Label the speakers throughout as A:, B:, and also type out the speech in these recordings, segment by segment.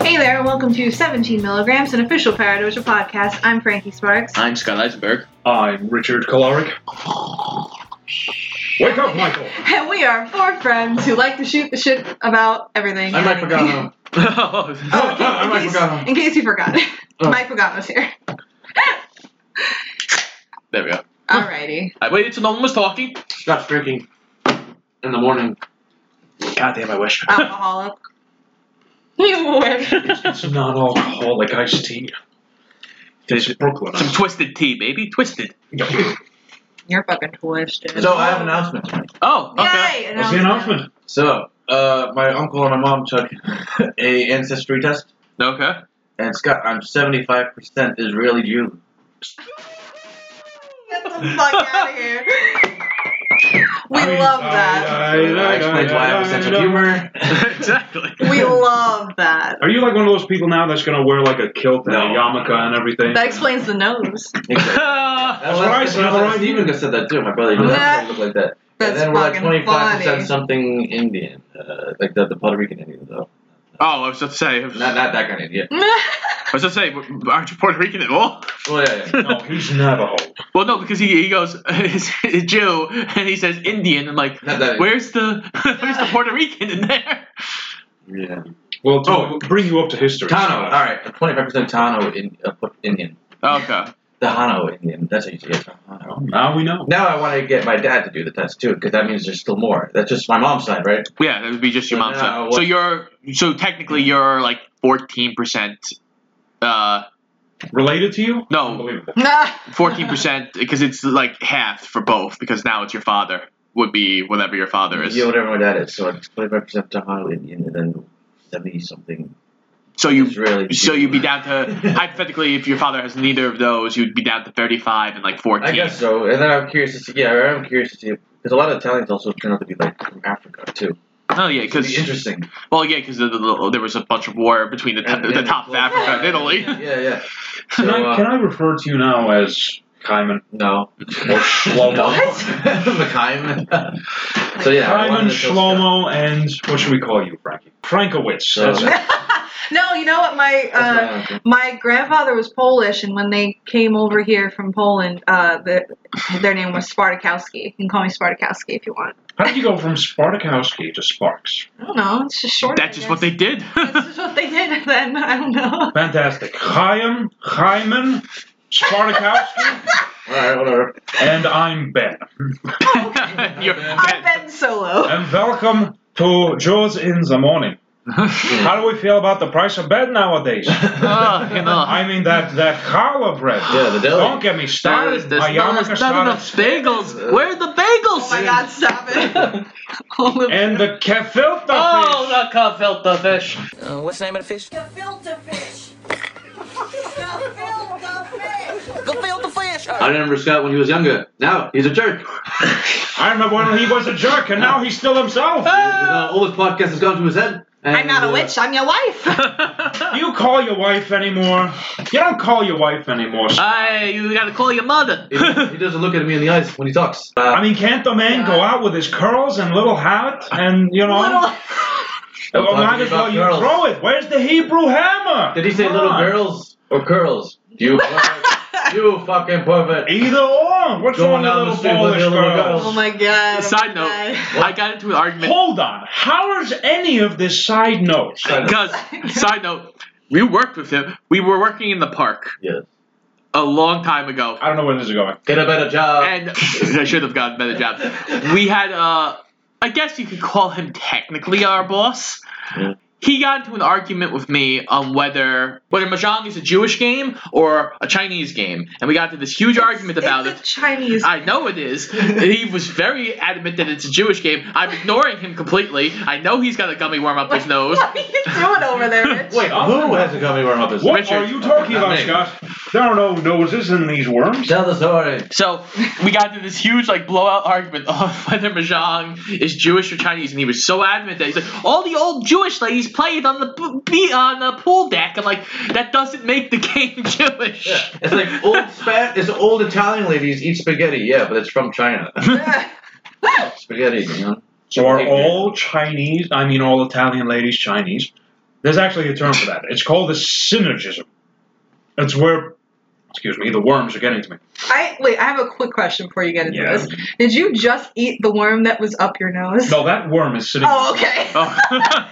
A: welcome to 17 Milligrams, an official Paradoja podcast. I'm Frankie Sparks.
B: I'm Scott Eisenberg.
C: I'm Richard Kolarik. Wake up, Michael!
A: And we are four friends who like to shoot the shit about everything.
C: I'm Mike
A: and anything.
C: Pagano.
A: Oh,
C: Oh, I'm Mike
A: in, case,
C: Pagano.
A: in case you forgot,
C: Oh.
A: Mike Pagano's here.
B: there we go. Uh,
A: Alrighty.
B: I waited till no one was talking.
C: Stop drinking in the morning. God damn, I wish.
A: Alcoholic. You wish.
C: it's not alcoholic iced tea. This is Brooklyn.
B: Some twisted tea, baby. Twisted.
A: You're fucking twisted.
D: So I have an announcement.
B: Oh, okay.
A: Yay!
C: What's the announcement?
D: So uh, my uncle and my mom took a ancestry test,
B: Okay.
D: and Scott, I'm 75 percent Israeli Jew.
A: Get the fuck out of here. We
C: I mean, uh,
A: love
C: I-
A: that.
C: I- I-
D: That explains why I have a sense of humor.
B: exactly.
A: We love that.
C: Are you like one of those people now that's gonna wear like a kilt and a
D: No.
C: yarmulke and everything?
A: That explains the nose.
D: Exactly.
B: Ah,
D: That's
C: what I
D: that's
C: said,
D: what
C: right?
D: Steven just said that too. My brother, he goes,
A: Yeah.
D: "I look like that.
A: That's
D: and then we're like
A: fucking
D: 25
A: funny.
D: percent something Indian, uh, like the, the Puerto Rican Indian though.
B: oh, I was about to say. I was,
D: Not not that kind of Indian.
B: I was about to say, w- aren't you Puerto Rican at all?
D: Well, yeah, yeah.
C: no, he's Navajo.
B: Well, no, because he, he goes, it's Jew, and he says Indian. I'm like,
D: Not that.
B: where's the where's the Puerto Rican in there?
D: Yeah.
C: Well, to
D: Oh.
C: bring you up to history. Uh,
D: Tano. All right, 25 percent Tano in, uh, Indian.
B: Okay.
D: The Hano Indian. That's how you say it. Tano.
C: Now we know.
D: Now I want to get my dad to do the test too, because that means there's still more. That's just my mom's side, right?
B: Yeah, that would be just your
D: So
B: mom's
D: now
B: side.
D: what-
B: So you're so technically you're like fourteen percent. Uh,
C: Related to you?
B: no,
C: Unbelievable.
B: fourteen percent because it's like half for both because now it's your father would be whatever your father is.
D: Yeah, whatever my dad is. So it's 25% Tejano Indian and then 70 something
B: So you
D: Israeli.
B: so you'd be down to hypothetically if your father has neither of those you'd be down to thirty five and like fourteen.
D: I guess so. And then I'm curious to see. Yeah, I'm curious to see because a lot of Italians also turn out to be like from Africa too.
B: Oh yeah,
D: It'd be
B: because
D: interesting.
B: well yeah because the, the, the- there was a bunch of war between the,
D: And-
B: the,
D: and-
B: top of Africa and Italy.
A: Yeah.
D: Yeah, yeah.
C: Can,
D: So,
C: I,
D: uh,
C: can I refer to you now as Kaiman?
D: No.
C: Or Shlomo?
D: No.
A: What?
D: the Kaiman. so yeah. I
C: Kaiman,
D: wanted to tell
C: Shlomo, and what should we call you, Frankie? Frankowitz.
D: So-
C: That's it.
A: no, you know what? My
D: Scott-
A: uh,
D: That's my uncle.
A: my grandfather was Polish, and when they came over here from Poland, uh, the, their name was Spartakowski. You can call me Spartakowski if you want.
C: How did you go from Spartakowski to Sparks?
A: I don't know. It's just short. I
B: That's just what
A: guess.
B: they did.
A: That's just what they did then. I don't know.
C: Fantastic. Chaim, Kaiman, Spartakowski,
D: All right, whatever.
C: and I'm Ben.
B: You're
A: I'm Ben Solo.
C: And welcome to Joe's in the Morning. How do we feel about the price of bread nowadays?
B: Oh, you know.
C: I mean, that, that challah bread.
D: Yeah, the deli.
C: Don't get me
B: There
C: started.
B: is- there's
C: My
B: not,
C: yarmulke
B: there's not
C: started.
B: enough bagels.
D: Uh,
B: Where are the bagels?
A: Oh my God! Stop it. All of-
C: And the kefilta
B: Oh,
C: fish.
B: not gefilte fish.
E: Uh, what's the name of the fish?
F: filter fish. filter fish.
E: Gefilte fish!
D: I remember Scott when he was younger. Now he's a jerk.
C: I remember when he was a jerk, and now he's still himself.
D: The uh, oldest podcast has gone to his head. and,
A: I'm not a
D: uh,
A: witch. I'm your wife.
C: You call your wife anymore? You don't call your wife anymore.
D: Uh,
B: Hey, you gotta call your mother.
D: He, he doesn't look at me in the eyes when he talks. Uh,
C: I mean, can't the man go out with his curls and little hat and you know?
A: Little-
C: well, might as well you
D: Curls.
C: throw it. Where's the Hebrew hammer?
D: Did he say
C: Come
D: little
C: on.
D: girls or curls? You, pervert. you fucking pervert.
C: Either or. What's wrong
D: Going
C: with
D: down the
C: little
D: street with
C: Polish
D: the little
C: girls?
D: girls.
A: oh my God. oh
B: Side
A: my
B: note,
A: God.
B: I got into an argument
C: Hold on. How is any of this side note?
B: because, side note, we worked with him. We were working in the park
D: Yes.
B: a long time ago,
C: I don't know where this is going.
D: Get a better job.
B: and I should have gotten a better job. We had, uh, I guess you could call him technically our boss.
D: Yeah.
B: He got into an argument with me on whether whether mahjong is a Jewish game or a Chinese game, and we got into this huge argument about
A: it's
B: it.
A: a Chinese.
B: I know it is. He was very adamant that it's a Jewish game. I'm ignoring him completely. I know he's got a gummy worm up his nose.
A: what are you doing over there, Rich?
D: Wait,
C: Oh,
D: who has a gummy worm up his
C: What
B: Richard.
C: are you talking about,
D: Not me.
C: Scott? There are no noses in these worms.
D: Tell the story.
B: So we got into this huge like blowout argument on whether mahjong is Jewish or Chinese, and he was so adamant that he's like, all the old Jewish ladies play it on the p- be on the pool deck. I'm like, that doesn't make the game Jewish.
D: Yeah. It's like old spa- It's old Italian ladies eat spaghetti. Yeah, but it's from China. spaghetti, you know.
C: So are all Chinese? I mean, all Italian ladies Chinese? There's actually a term for that. It's called a synergism. It's where, excuse me, the worms are getting to me.
A: I wait. I have a quick question before you get into
C: Yeah.
A: this. Did you just eat the worm that was up your nose?
C: No, that worm is sitting.
A: Oh, okay.
B: Oh.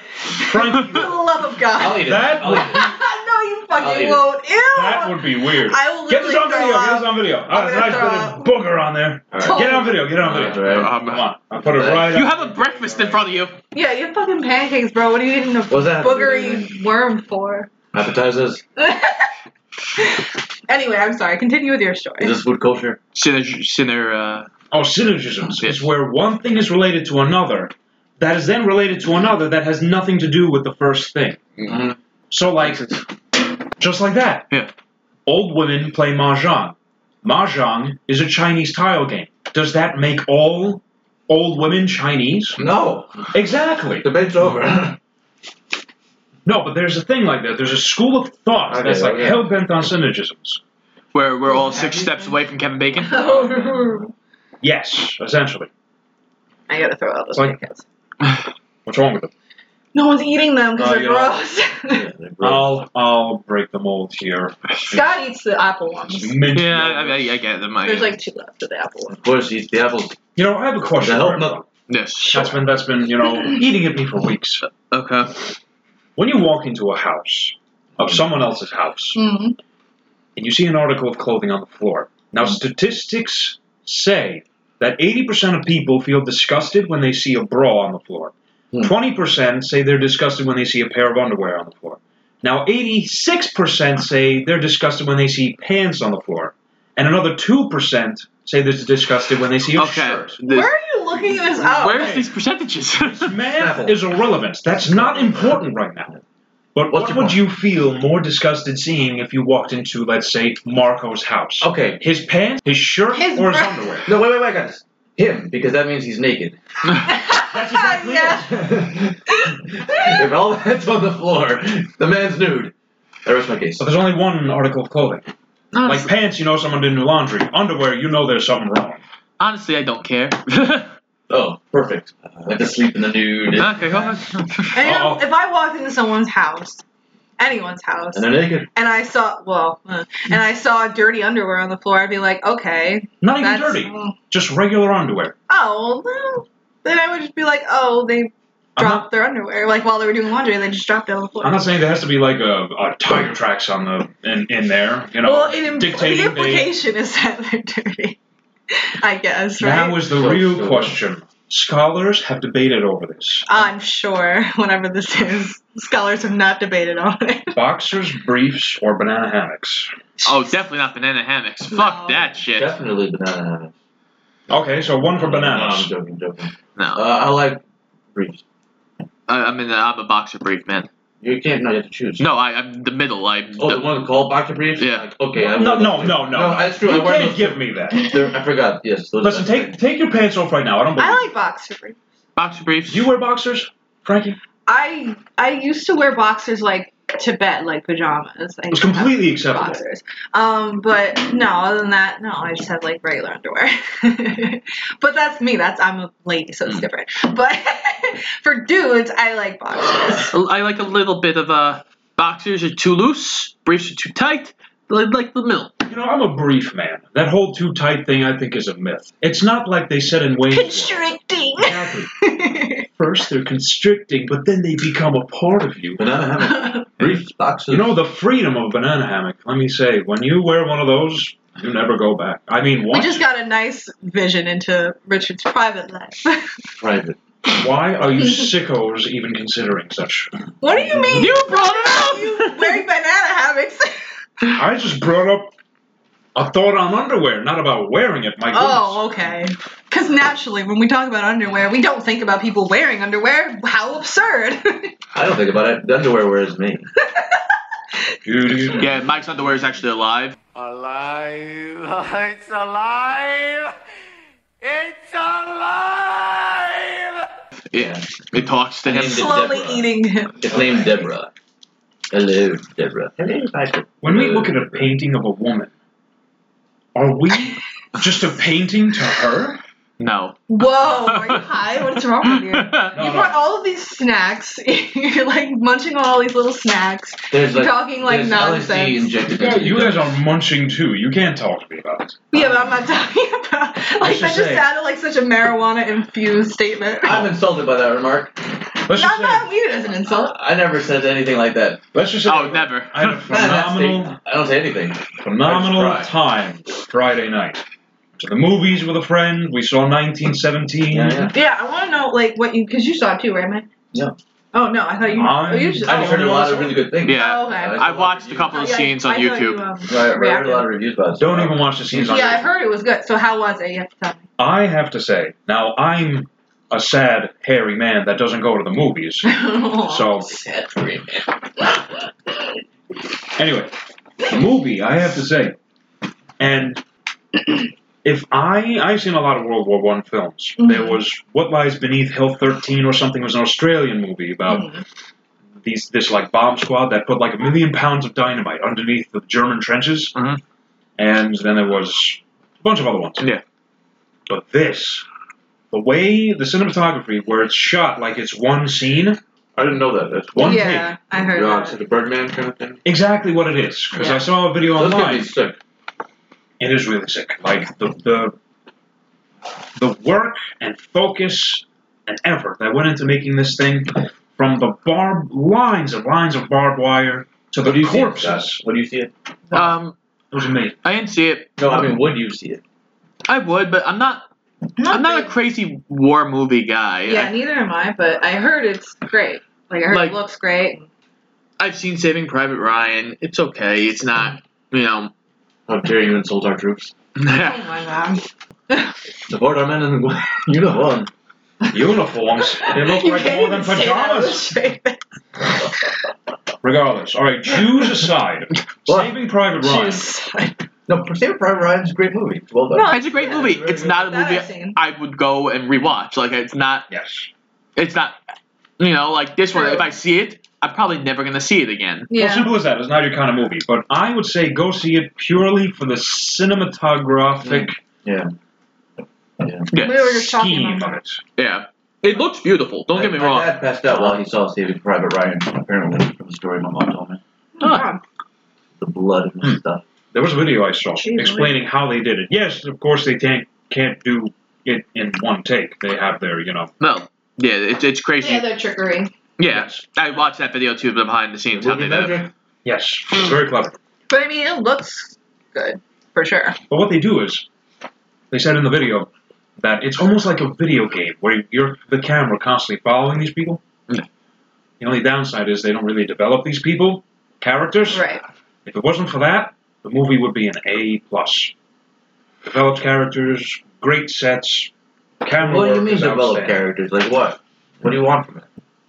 A: For the
C: Frankie,
A: love of
B: I'll
A: God.
B: eat it.
C: That
B: I'll eat it.
A: no, you
B: I'll eat
A: fucking
B: it.
A: won't. Ew.
C: that would be weird.
A: I will
C: Get this on
A: literally
C: video.
A: throw
C: Get
A: up.
C: this on video. Ah,
A: gonna
C: nice
A: throw
C: little
A: up. Oh.
C: booger on there.
D: All
A: Totally.
D: right.
C: Get on video. Get on
D: All right,
C: video.
D: all right.
B: Um,
C: Come on. I put it right.
B: You
C: up.
B: have a breakfast in front of you.
A: Yeah, you fucking pancakes, bro. What are you eating a
D: What's that?
A: boogery worm for?
D: Appetizers.
A: anyway, I'm sorry. Continue with your story.
D: Is this food culture?
B: Sinner, sinner. Uh,
C: Oh, synergisms
B: Yeah.
C: is where one thing is related to another that is then related to another that has nothing to do with the first thing.
D: Mhm.
C: Mm-hmm. So, like, just like that.
B: Yeah.
C: Old women play mahjong. Mahjong is a Chinese tile game. Does that make all old women Chinese?
D: No.
C: Exactly.
D: Debate's over.
C: No, but there's a thing like that. There's a school of thought
D: Okay,
C: that's like
D: okay.
C: hell bent on synergisms.
B: where we're all six steps away from Kevin Bacon.
C: Yes, essentially.
A: I gotta throw out those
C: Like-
A: pancakes.
C: What's wrong with them?
A: No one's eating them because
C: Oh,
A: they're
C: you know.
A: gross.
D: Yeah, they're gross.
C: I'll I'll break the mold here.
A: Scott eats the apple ones.
C: Mint
B: Yeah, I,
C: yogurt.
B: I, I get them. I
A: There's like two left of the apple one.
D: Of course, eat the apples.
C: You know, I have a question.
D: The
C: for
D: hell
C: everyone.
D: no.
B: this.
C: That's been that's been you know eating at me for weeks.
B: Okay.
C: When you walk into a house of someone else's house
A: Mm.
C: and you see an article of clothing on the floor, now
D: Mm-hmm.
C: statistics say that 80% of people feel disgusted when they see a bra on the floor.
D: Hmm.
C: 20% say they're disgusted when they see a pair of underwear on the floor. Now 86% say they're disgusted when they see pants on the floor, and another 2% say they're disgusted when they see a
B: Okay.
C: shirt.
A: Where
B: This,
A: are you looking this up?
B: where's these percentages?
C: Math
D: Apple.
C: is irrelevant. That's not important right now. But what
D: What's your
C: would
D: point?
C: you feel more disgusted seeing if you walked into, let's say, Marco's house?
D: Okay.
C: His pants, his shirt,
A: His
C: or his
A: bra-
C: underwear?
D: No, wait, wait, wait, guys. Him, because that means he's naked.
C: That's exactly
A: Yeah.
C: it.
D: if all that's on the floor, the man's nude. I rest my case.
C: So there's only one article of clothing. Like
B: honestly,
C: pants, you know someone didn't do laundry. Underwear, you know there's something wrong.
B: honestly, I don't care.
D: Oh, perfect. I have to sleep in the nude.
B: okay. Go ahead.
A: And you know,
C: Uh-oh.
A: if I walked into someone's house, anyone's house,
D: And they're naked.
A: and I saw well, uh, and I saw dirty underwear on the floor, I'd be like, okay,
C: Not even
A: that's
C: dirty. Just regular underwear.
A: oh, well, then I would just be like, oh, they
C: I'm
A: dropped
C: not,
A: their underwear, like while they were doing laundry, they just dropped it on the floor.
C: I'm not saying there has to be like a, a tire tracks on the in, in there, you know,
A: well, it im- the
C: dictating the
A: implication is that they're dirty, I guess, right?
C: That was the
D: Sure,
C: real
D: sure.
C: question. Scholars have debated over this.
A: I'm sure, whenever this is, scholars have not debated on it.
C: Boxers, briefs, or banana hammocks.
B: Oh, definitely not banana hammocks.
A: No.
B: Fuck that shit.
D: Definitely banana.
C: Okay, so one for
D: No, I'm
C: bananas.
D: joking, joking. Uh,
B: No,
D: I like briefs.
B: I, I'm in. The, I'm a boxer brief man.
D: You can't. No, you have to choose.
B: No, I, I'm the middle. I'm.
D: Oh, the
B: the-
D: one called boxer briefs.
B: Yeah.
D: Like, okay. I
C: No,
D: wear
C: no,
D: those.
C: no, no.
D: No, that's true.
C: You
D: I wear
C: can't
D: those.
C: give me that.
D: They're- I forgot. Yes. Those
C: Listen, take take your pants off right now. I don't believe.
A: I like boxer briefs.
B: boxer briefs.
C: Do you wear boxers, Frankie?
A: I I used to wear boxers like to bed, like pajamas. I
C: It's completely acceptable.
A: boxers. Um, but no, other than that, no, I just have like regular underwear. but that's me. That's I'm a lady, so
C: Hmm.
A: it's different. But for dudes, I like boxers.
B: I like a little bit of uh, boxers are too loose, briefs are too tight. I like the middle.
C: You know, I'm a brief man. That whole too tight thing, I think, is a myth. It's not like they said in Wayne's World.
A: Constricting.
C: Exactly. First, they're constricting, but then they become a part of you.
D: banana hammock. Briefs, boxers.
C: You know the freedom of a banana hammock. Let me say, when you wear one of those, you never go back. I mean,
A: we
C: why?
A: just got a nice vision into Richard's private life.
D: private.
C: why are you sickos even considering such?
A: what do you mean?
B: You brought
A: You
B: it up.
A: wearing banana hammocks?
C: I just brought up a thought on underwear, not about wearing it. My goodness.
A: Oh, okay. Because naturally, when we talk about underwear, we don't think about people wearing underwear. How absurd!
D: I don't think about it. The underwear wears me.
C: You- you-
B: yeah, Mike's underwear is actually alive.
G: Alive! It's alive! It's alive!
B: Yeah, it talks to him.
D: Named it
A: Slowly
D: Deborah.
A: eating him.
D: It's named Deborah. Hello, Deborah. Hello, Michael.
C: When we look at a painting of a woman, are we just a painting to her?
B: No.
A: Whoa, are you high? What's wrong with you? You
C: No, no.
A: brought all of these snacks. You're like munching on all these little snacks.
D: There's
A: You're
D: like
A: talking like
D: there's LSD
A: nonsense.
D: injected.
C: Yeah,
D: into
C: you
D: it.
C: guys are munching too. You can't talk to me about this.
A: Yeah, but I'm not talking about. Like
C: Let's
A: that
C: just
A: just
C: say-
A: sounded like such a marijuana infused statement.
D: I'm insulted by that remark.
C: Let's
A: Not
C: just say,
A: that weird as an insult.
D: I never said anything like that.
C: let's just say
B: Oh, never.
C: I had a
D: Not in that
C: phenomenal,
D: state. I don't say anything.
C: phenomenal
D: Let's
C: time Friday night. To the movies with a friend. We saw 1917.
D: Yeah, yeah.
A: Yeah, I want to know like what you because you saw it too, right, Mike?
D: No.
A: Oh no, I thought you.
C: I'm-
A: oh, you just,
D: I just
A: oh.
D: heard a lot of really good things.
B: Yeah.
A: Oh, okay.
D: I
B: I've watched a
D: reviews.
B: couple
A: Oh,
B: of
A: yeah,
B: scenes on
A: I thought
B: YouTube.
A: you, um,
D: Right, right, I heard a lot of
A: reacted.
D: reviews about it.
C: Don't even watch the scenes on
A: Yeah, I heard it was good. So how was it? You have to tell me.
C: I have to say, now I'm a sad, hairy man that doesn't go to the movies.
A: Oh,
C: So, anyway, the movie, I have to say. And if I, I've seen a lot of World War One films. There was What Lies Beneath Hill 13 or something was an Australian movie about these this like bomb squad that put like a million pounds of dynamite underneath the German trenches.
B: Mhm.
C: And then there was a bunch of other ones.
B: Yeah.
C: But this, the way the cinematography, where it's shot like it's one scene,
D: I didn't know that. That's
C: one
A: yeah,
C: take,
A: I heard.
D: Yeah,
A: that.
D: it's like a Birdman kind of thing.
C: exactly what it is. Because
A: Yeah.
C: I saw a video
D: Those could
C: online.
D: be sick.
C: it is really sick. Like the the the work and focus and effort that went into making this thing, from the barb lines and lines of barbed wire to the
D: Would you see it? Scott?
C: corpses.
D: Would you see it?
A: uh,
B: Um,
C: It was amazing.
B: I didn't see it.
D: No, I mean, would you see it?
B: I would, but I'm not. I'm not a crazy war movie guy.
A: Yeah, neither am I. But I heard it's great. Like I heard
B: Like-
A: it looks great. Oh
B: I, I've seen Saving Private Ryan. It's okay. It's not. You know.
D: How dare you insult our troops?
A: Oh my god.
D: Support our men in uniform.
C: Uniforms. They look
A: You
C: like
A: can't
C: more than
A: even say that with a
C: pajamas.
A: straight face.
C: Regardless. All right, Jews aside,
D: What?
C: Saving Private Ryan.
D: No, Saving Private Ryan's a great movie. It's well done.
A: No.
B: It's a great movie.
D: very
B: It's
D: good.
B: not a
A: That I've
B: movie
A: seen.
B: I would go and rewatch. Like it's not.
C: Yes.
B: It's not. You know, like this one.
A: True.
B: If I see it, I'm probably never gonna see it again.
C: Well,
A: Yeah.
C: simple as that. It's not your kind of movie, but I would say go see it purely for the cinematographic
A: Mm.
D: Yeah.
B: Yeah.
A: We were just talking
C: scheme
A: about
C: of
A: that.
C: it.
B: Yeah. It looks beautiful. Don't get me
D: my
B: wrong.
D: My dad passed out while he saw Saving Private Ryan, apparently, from the story my mom told me.
A: Oh, God.
D: The blood
B: Hmm.
D: and the stuff.
C: There was a video I saw
A: Jeez,
C: explaining how they did it. Yes, of course they can't can't do it in one take. They have their you know.
B: No. Yeah, it, it's crazy.
A: Yeah,
B: Yeah,
A: they're trickery.
B: I watched that video too, but behind the scenes, how they did it.
C: Yes, it's very clever.
A: But I mean, it looks good for sure.
C: But what they do is, they said in the video that it's almost like a video game where you're the camera constantly following these people.
D: Hmm.
B: Yeah.
C: The only downside is they don't really develop these people characters.
A: Right.
C: If it wasn't for that, the movie would be an A plus. Developed characters, great sets, camera
D: What do you
C: work
D: mean
C: is
D: develop
C: outstanding.
D: characters? Like what? What do you want from it?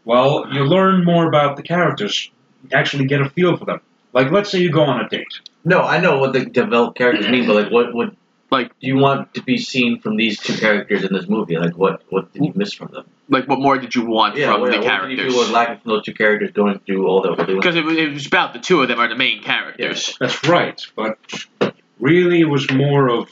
C: Well, you learn more about the characters, actually get a feel for them. Like, let's say you go on a date.
D: No, I know what the develop characters mean, but like, what would
B: Like-
D: do you want to be seen from these two characters in this movie? Like, what what did you miss from them?
B: Like, what more did you want
D: Yeah,
B: from
D: what,
B: the
D: what did you
B: characters?
D: feel was lacking from those two characters going through all that?
B: Because it, was- it was about the two of them are the main characters.
C: That's right, but really it was more of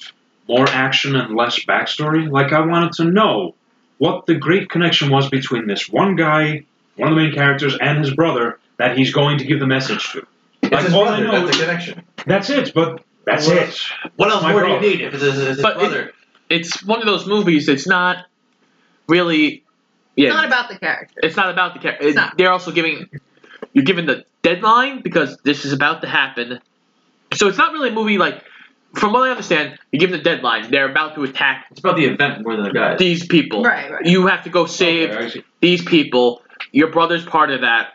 C: more action and less backstory. Like, I wanted to know what the great connection was between this one guy, one of the main characters, and his brother that he's going to give the message to.
D: It's
C: Like,
D: his
C: all
D: brother.
C: I know
D: That's
C: is-
D: the connection.
C: That's it, but that's
D: Well,
C: it.
D: What else
C: My
D: more do you
C: brother.
D: need if it's his, it's his
B: But it-
D: brother?
B: It's one of those movies that's not really. Yeah,
A: It's not about the character.
B: it's not about the character.
A: not.
B: They're also giving you're given the deadline because this is about to happen. So it's not really a movie like. From what I understand, you're given the deadline. They're about to attack
D: it's about the event more than the guys.
B: these people.
A: Right, right.
B: You have to go save
C: Okay, I see.
B: these people. Your brother's part of that.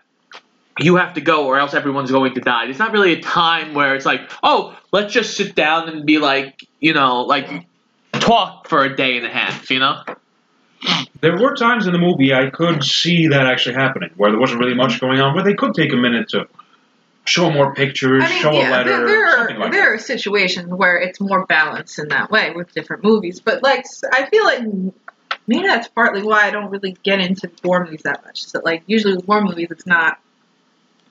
B: You have to go, or else everyone's going to die. It's not really a time where it's like, oh, let's just sit down and be like, you know, like talk for a day and a half, you know?
C: There were times in the movie I could see that actually happening, where there wasn't really much going on, where they could take a minute to show more pictures,
A: I mean,
C: show a
A: yeah, there,
C: letter,
A: there
C: something
A: are
C: like
A: there are situations where it's more balanced in that way with different movies. But like, s- I feel like maybe that's partly why I don't really get into war movies that much. Is that like usually with war movies, it's not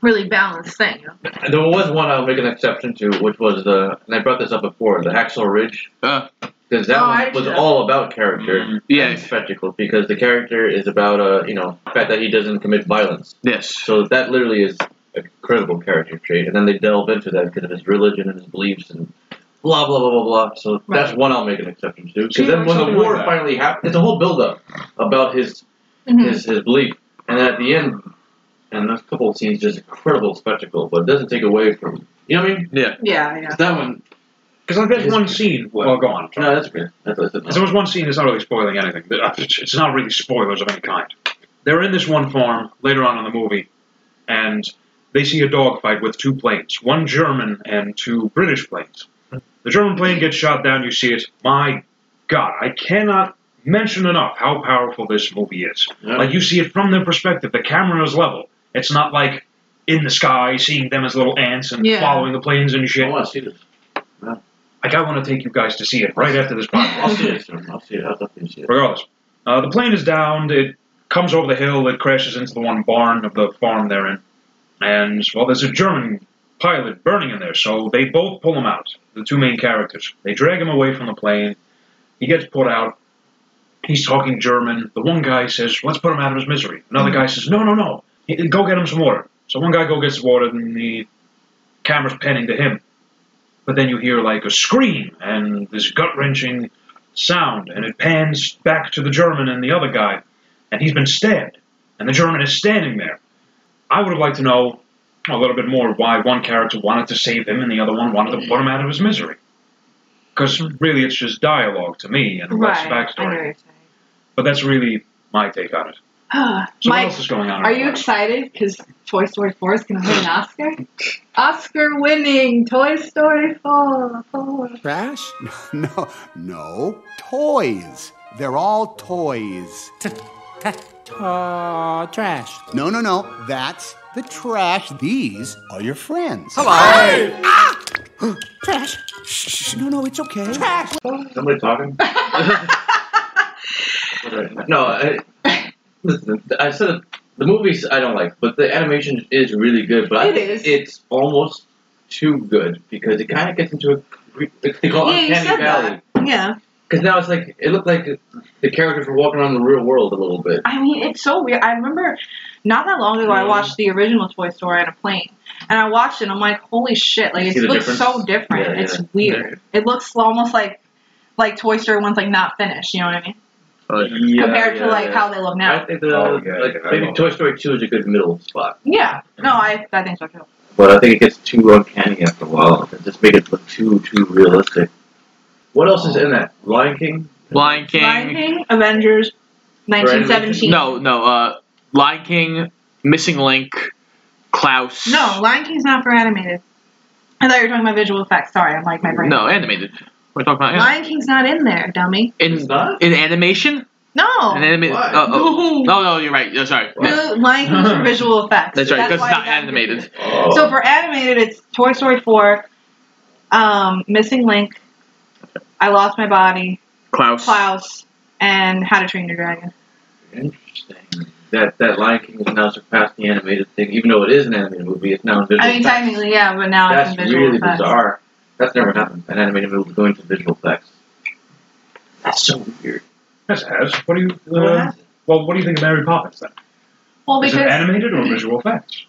A: really balanced thing. You know?
D: There was one I'll make an exception to, which was the, and I brought this up before, the Axel Ridge
B: Uh, Mm-hmm.
D: because that
A: Oh,
D: one
A: I
D: was
A: should-
D: all about character
C: Mhm.
B: Yeah.
D: and spectacle. Because the character is about uh, you know, the fact that he doesn't commit violence.
B: Yes.
D: So that literally is a credible character trait. And then they delve into that because of his religion and his beliefs and blah blah blah blah blah. So that's
A: Right.
D: one I'll make an exception to.
C: See,
D: Because then
C: like
D: when the
C: something
D: war
C: like that.
D: finally happened, it's a whole build up about his
A: Mhm.
D: his, his belief. And then at the end, and a couple of scenes, just incredible spectacle, but it doesn't take away from. You know what I mean?
B: Yeah.
A: Yeah, yeah.
D: That one.
C: Because like there's
D: His-
C: one scene. Well, go on.
D: No, that's good. That's what I said.
C: There was one scene that's not really spoiling anything, but uh, it's it's not really spoilers of any kind. They're in this one farm later on in the movie, and they see a dogfight with two planes, one German and two British planes. The German plane gets shot down, you see it. My God, I cannot mention enough how powerful this movie is.
D: Yeah.
C: Like, you see it from their perspective, the camera is level. It's not like in the sky, seeing them as little ants and
A: Yeah.
C: following the planes and
D: I
C: shit.
D: want to see this.
C: Like, I want to take you guys to see it right after this podcast.
D: I'll see it soon. I'll see it. I'll definitely see it.
C: Regardless, uh, the plane is downed. It comes over the hill. It crashes into the one barn of the farm they're in. And, well, there's a German pilot burning in there, so they both pull him out, the two main characters. They drag him away from the plane. He gets put out. He's talking German. The one guy says, let's put him out of his misery. Another guy says, no, no, no. He- Go get him some water. So one guy go gets water, and the camera's panning to him. But then you hear, like, a scream and this gut-wrenching sound, and it pans back to the German and the other guy, and he's been stabbed, and the German is standing there. I would have liked to know a little bit more why one character wanted to save him and the other one wanted to put him out of his misery. Because really, it's just dialogue to me and
A: right.
C: less
A: I know what
C: backstory.
A: you're saying.
C: But that's really my take on it. So what
A: Mike,
C: else is going on? in
A: are
C: our
A: you
C: lives?
A: excited because Toy Story 4 is going to win an Oscar? Oscar winning Toy Story 4. four.
H: Trash? No, no. Toys. They're all toys.
I: trash.
H: No, no, no. That's the trash. These are your friends.
I: Trash.
H: Shh, shh, shh. no, no, it's okay.
D: Somebody talking? no, I, listen, I said it- the movies I don't like, but the animation is really good. But I
A: It
D: think
A: is.
D: it's almost too good because it kind of gets into a cre- they call it
A: Yeah, you
D: uncanny
A: said
D: valley.
A: that. Yeah.
D: Because now it's like it looked like the characters were walking around the real world a little bit.
A: I mean, it's so weird. I remember not that long ago, I
D: Mhm.
A: watched the original Toy Story on a plane. And I watched it, and I'm like, holy shit. Like,
D: See
A: it
D: the
A: looks so
D: difference?
A: different.
D: Yeah, yeah.
A: It's weird. It looks almost like like Toy Story 1's, like, not finished. You know what I mean?
D: Oh, Yeah,
A: Compared to,
D: yeah,
A: like,
D: yeah.
A: how they look now.
D: I think the
C: Oh, yeah,
D: like
C: yeah, I
D: maybe
C: love
D: Toy Story Two is a good middle spot,
A: yeah. No, I, I think so, too.
D: but I think it gets too uncanny after a while. It just make it look too too realistic. What else is in that Lion King?
B: Lion King.
A: Lion King, Avengers, 1917.
B: No, no. Uh, Lion King, Missing Link, Klaus.
A: No, Lion King's not for animated. I thought you were talking about visual effects. Sorry, I'm like my brain.
B: No, animated. We're talking about anim-
A: Lion King's not in there, dummy.
D: It's
B: in
D: not?
B: in animation.
A: No.
B: In anima-
D: Why?
B: oh, oh.
A: No.
B: No, no, you're right. Yeah, sorry.
A: No, Lion King's for visual effects.
B: That's right, 'cause it's
A: why I
B: not
A: got
B: animated.
A: confused.
D: Oh.
A: So for animated, it's Toy Story 4, um, Missing Link, I Lost My Body,
B: Klaus.
A: Klaus, and How to Train Your Dragon.
D: interesting. That that Lion King has now surpassed the animated thing, even though it is an animated movie. It's now in visual
A: I mean,
D: effects.
A: technically, yeah, but now
D: that's
A: it's in visual
D: really
A: effects.
D: bizarre. That's never happened. An animated movie going to visual effects. That's so weird.
C: Yes, Has. What do you?
D: What
C: Uh,
D: happened?
C: well, what do you think of Mary Poppins then?
A: Well,
C: Is
A: because
C: it animated or visual effects?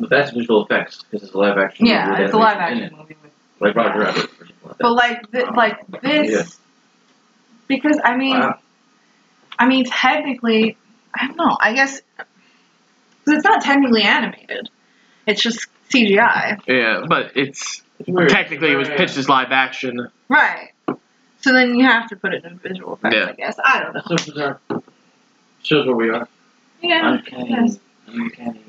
D: But that's visual effects. This is a live action. movie
A: yeah,
D: with
A: it's a live
D: animation in
A: action
D: it.
A: movie.
D: Like Roger Rabbit. or something like that.
A: But like, th- like this, because I mean,
D: Wow.
A: I mean, technically, I don't know. I guess 'cause it's not technically animated; it's just CGI,
B: Yeah, but it's
D: It's weird.
B: technically it was pitched as live action.
A: right? So then you have to put it in visual effects,
B: Yeah.
A: I guess. I don't know.
D: So bizarre. Shows where we are.
A: Yeah.
D: Uncanny.
A: Yes.
D: Uncanny.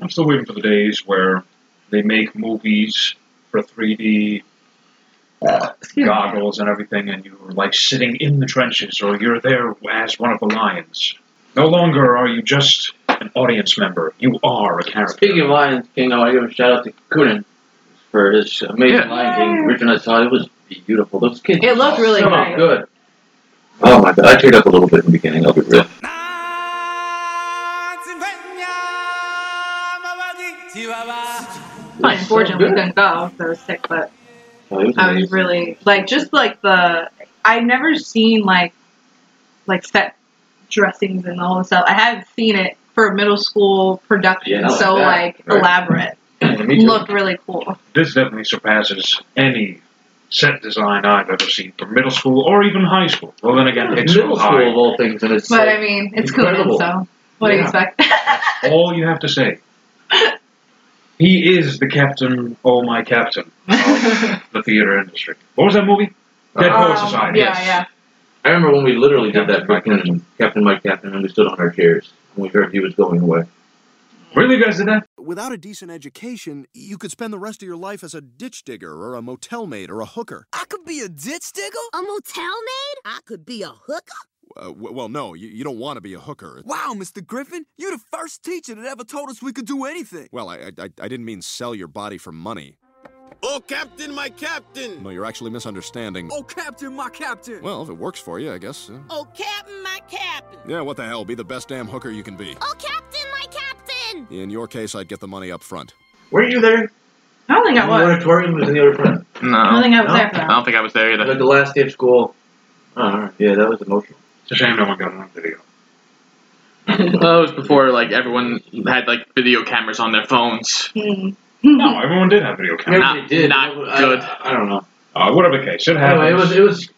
C: I'm still waiting for the days where they make movies for 3D
A: Excuse me.
C: goggles and everything, and you're like sitting in the trenches, or you're there as one of the lions. No longer are you just an audience member; you are a character.
D: Speaking of Lion King, I want to give a shout out to Kunin for his amazing
B: Yeah.
D: Lion King.
A: Yeah.
D: Original I saw it, it was beautiful. Those kids.
A: It
D: were
A: looked really
D: so
A: nice.
D: good. Oh my god, I teared up a little bit in the beginning. I'll be real.
A: I Unfortunately,
D: good.
A: couldn't go. So I was sick, but
D: Oh, it was
A: I was
D: amazing.
A: really like, just like the. I've never seen like like set dressings and all this stuff. I haven't seen it for a middle school production
D: Yeah, I like
A: so
D: that.
A: like
D: Right.
A: elaborate.
D: Me too.
A: Looked really cool.
C: This definitely surpasses any set design I've ever seen for middle school or even high school. Well, then again, it's
D: middle
C: so high.
D: school of all things, and it's
A: But
D: like,
A: I mean, it's cool.
D: incredible.
A: So what do you
D: Yeah.
A: expect?
C: all you have to say. He is the captain, oh my captain, of the theater industry. What was that movie? Dead
D: Um,
C: Poets Society.
A: yeah,
C: yes.
A: yeah.
D: I remember when we literally did that for
C: Captain Mike.
D: Captain, Captain Mike Captain, and we stood on our chairs and we heard he was going away.
C: Really, you guys did that?
I: Without a decent education, you could spend the rest of your life as a ditch digger or a motel maid or a hooker.
E: I could be a ditch digger?
J: A motel maid? I could be a hooker?
I: Uh, w- well, no, you, you don't want to be a hooker.
E: Wow, Mr. Griffin, you're the first teacher that ever told us we could do anything.
I: Well, I, I, I I didn't mean sell your body for money.
J: Oh, Captain, my Captain!
I: No, you're actually misunderstanding.
E: Oh, Captain, my Captain!
I: Well, if it works for you, I guess. uh,
J: Oh, Captain, my Captain!
I: yeah, what the hell? Be the best damn hooker you can be.
J: Oh, Captain, my Captain!
I: In your case, I'd get the money up front.
D: Were you there?
A: I don't think I
D: The
A: was.
D: auditorium was in the other front.
B: No.
A: I don't think I was
D: No.
A: there for
B: I
A: that.
B: don't think I was there either.
D: Like the last day of school. Oh, all right. Yeah, that was emotional.
C: It's a shame no one got it on video.
B: Well, it was before like everyone had like video cameras on their phones.
A: Hmm.
C: No, everyone did have video
D: Maybe
C: cameras.
B: Not-
D: they did.
B: not
D: but I-
B: good.
D: I, don't know.
C: Uh, whatever the case, it happened.
D: Anyway, Oh, it was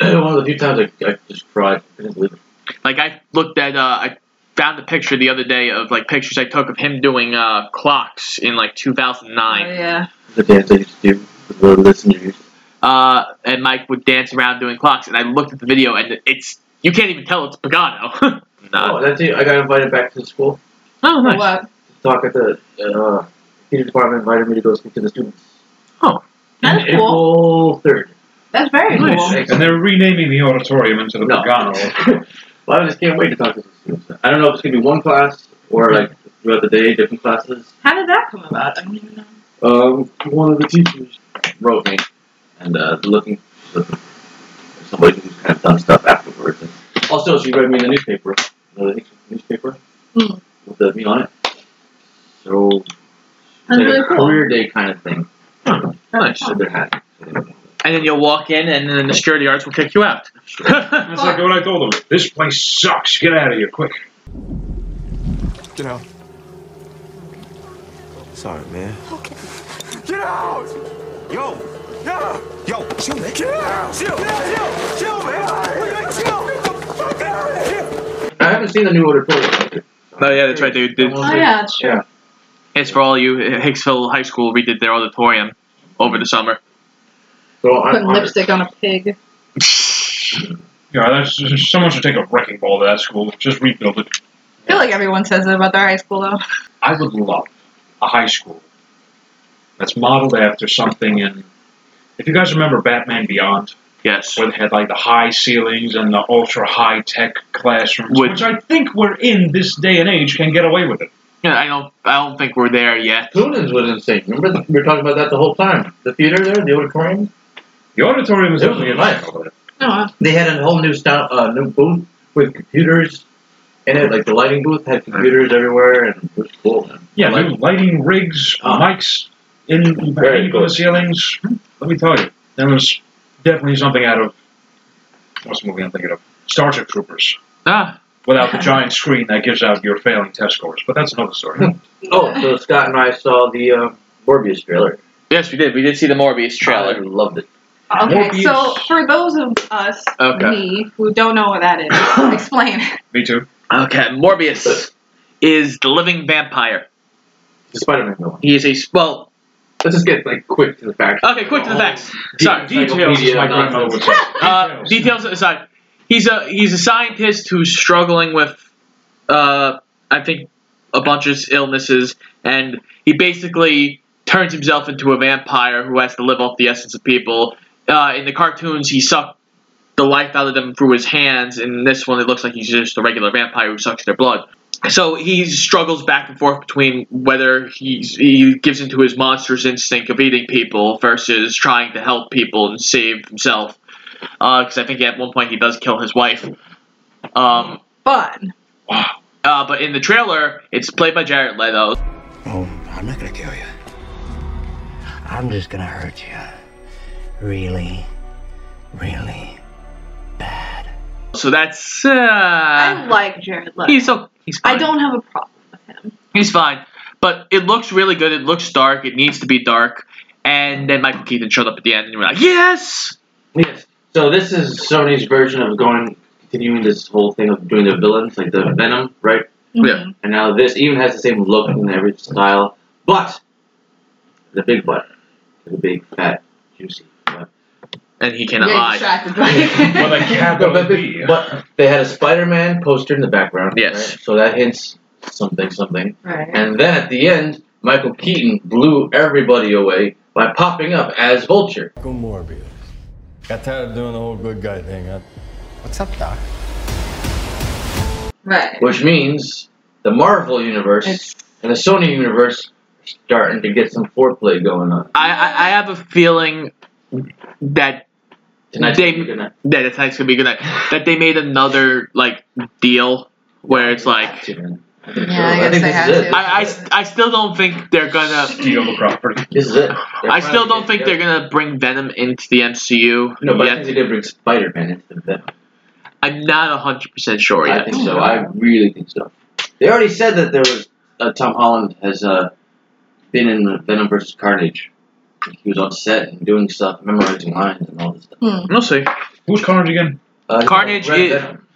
D: it was one of the few times I, I just cried. I couldn't believe it.
B: Like I looked at, uh, I found a picture the other day of like pictures I took of him doing uh, clocks in like
A: Oh,
B: 2009.
A: yeah.
D: The dance I used to do with the listeners.
B: Uh, and Mike would dance around doing clocks, and I looked at the video, and it's you can't even tell it's Pagano.
D: Oh,
B: no.
D: that's it. I got invited back to the school
B: Oh,
A: For
B: nice.
A: What?
D: to talk at the uh, theater department. Invited me to go speak to the students.
A: Oh, That's
D: On
A: cool.
D: April third.
A: That's very
B: Nice.
A: cool.
C: and they're renaming the auditorium into the
D: No.
C: Pagano.
D: Well, I just can't wait to talk to the students. I don't know if it's gonna be one class or like throughout the day, different classes.
A: How did that come about? I don't even know.
D: Um, one of the teachers wrote me and uh, looking for somebody who's kind of done stuff afterwards. And also, she read me the newspaper, the Hickson newspaper
A: Hmm.
D: with the, me on it. So
A: That's
D: it's like
A: really
D: a
A: cool.
D: career day kind of thing.
B: nice.
D: So they're happy.
B: And then you'll walk in, and then the security guards will kick you out.
C: That's like what I told them. This place sucks. Get out of here quick.
G: Get out. Sorry, man.
J: Okay.
G: Get out! Yo! Yo! Yo, chill, man. Get out! Chill! Chill! Chill, man! We gotta chill! Get the fuck out of here!
D: I haven't seen the new auditorium.
B: Oh yeah, that's right. They did.
A: Oh yeah, that's true.
D: Yeah.
B: It's for all you Hicksville High School. We did their auditorium over the summer.
D: So I'm
A: Putting
D: honored.
A: lipstick on a pig.
C: Yeah, that's, someone should take a wrecking ball to that school. Just rebuild it.
A: I feel like everyone says that about their high school though.
C: I would love a high school that's modeled after something in. If you guys remember Batman Beyond,
B: Yes.
C: where they had like the high ceilings and the ultra high tech classrooms,
B: Would-
C: which I think we're in this day and age can get away with it.
B: Yeah, I don't. I don't think we're there yet.
D: Coonan's was insane. Remember, that- we were talking about that the whole time. The theater there, the auditorium.
C: The auditorium is
D: It was
C: definitely
D: nice.
C: over there.
A: No,
D: They had a whole new style, uh, new booth with computers in it. Like the lighting booth had computers everywhere, and it was cool. Man.
C: Yeah,
D: like,
C: new lighting rigs,
D: Uh-huh.
C: mics in
D: Very
C: hanging from
D: cool.
C: the ceilings. Hmm, Let me tell you, there was definitely something out of what's the movie I'm thinking of? Starship Troopers.
B: Ah,
C: Without the giant screen that gives out your failing test scores, but that's another story.
D: oh, so Scott and I saw the uh, Morbius trailer.
B: yes, we did. We did see the Morbius
D: I
B: trailer.
D: loved it.
A: Okay,
C: Morbius.
A: so for those of us,
B: Okay.
A: me, who don't know what that is, explain.
C: Me too.
B: Okay, Morbius is the living vampire.
D: The Spider-Man film.
B: He is a s- well.
D: Let's just get like quick to the facts.
B: Okay, quick to the facts. Sorry.
C: Uh, details, as my
D: Encyclopedia
C: grandmother would say.
B: Uh, details aside, he's a he's a scientist who's struggling with, uh, I think, a bunch of illnesses, and he basically turns himself into a vampire who has to live off the essence of people. Uh, in the cartoons, he sucked the life out of them through his hands. In this one, it looks like he's just a regular vampire who sucks their blood. So he struggles back and forth between whether he's, he gives into his monster's instinct of eating people versus trying to help people and save himself because Uh, I think at one point he does kill his wife. Um,
A: Fun.
B: uh, but in the trailer, it's played by Jared Leto.
J: Oh, I'm not gonna kill you. I'm just gonna hurt you. Really, really
B: So that's. Uh,
A: I like Jared Leto.
B: he's so he's. Fine.
A: I don't have a problem with him.
B: He's fine, but it looks really good. It looks dark. It needs to be dark. And then Michael Keaton showed up at the end, and you were like, "Yes!"
D: Yes. So this is Sony's version of going continuing this whole thing of doing the villains, like the Venom, right?
A: Mm-hmm.
B: Yeah.
D: And now this even has the same look and every style, but the big butt, the big fat juicy. butt.
B: And he can
A: You're
B: lie.
A: distracted
C: Well,
A: by
C: they can't go
D: but,
C: to be.
D: they, but they had a Spider-Man poster in the background.
B: Yes.
D: right? So that hints something, something.
A: Right.
D: And then at the end, Michael Keaton blew everybody away by popping up as Vulture.
J: Go Morbius. Got tired of doing the whole good guy thing, huh?
H: What's up, Doc?
A: Right.
D: which means the Marvel universe
A: It's-
D: and the Sony universe are starting to get some foreplay going on.
B: I, I I have a feeling that
D: Tonight's
B: They-
D: gonna be a good night.
B: that it's not gonna be good. That, that they made another like deal where it's like
A: Yeah, I guess
D: think
A: they
D: this
A: have
D: is it.
A: to.
B: I, I, st- I still don't think they're gonna.
C: Steal the property.
D: This is it.
B: I still don't think they're gonna bring Venom into the MCU
D: No, but I think
B: yet.
D: they did bring Spider-Man into the
B: I'm not hundred percent sure
D: I
B: yet.
D: think so. I really think so. They already said that there was uh, Tom Holland has uh, been in Venom versus Carnage. He was on set and doing stuff, memorizing lines and all this stuff.
A: Hmm.
B: We'll see.
C: Who's Carnage again?
D: Uh, he's
B: Carnage
D: Red
B: is-
D: Venom.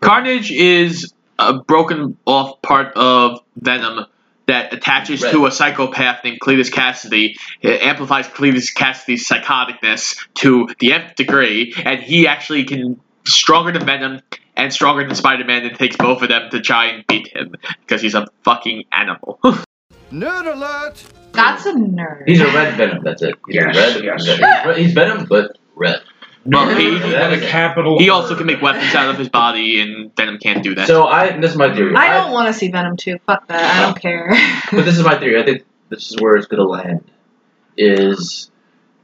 B: Carnage is a broken off part of Venom that attaches
D: Right.
B: to a psychopath named Cletus Cassidy. It amplifies Cletus Cassidy's psychoticness to the nth degree, and he actually can stronger than Venom and stronger than Spider-Man and takes both of them to try and beat him because he's a fucking animal.
J: Nerd alert!
A: That's a nerd.
D: He's a red Venom. That's it. He's
C: Yes,
D: red.
C: yes.
D: He's, red. he's Venom, but red.
B: but
D: Yeah,
B: he,
D: that
C: With
D: is
C: a
D: it.
C: capital.
B: he also can make weapons out of his body, and Venom can't do that.
D: So I this is my theory.
A: I don't want to see Venom 2. Fuck that. I don't care.
D: but this is my theory. I think this is where it's gonna land. Is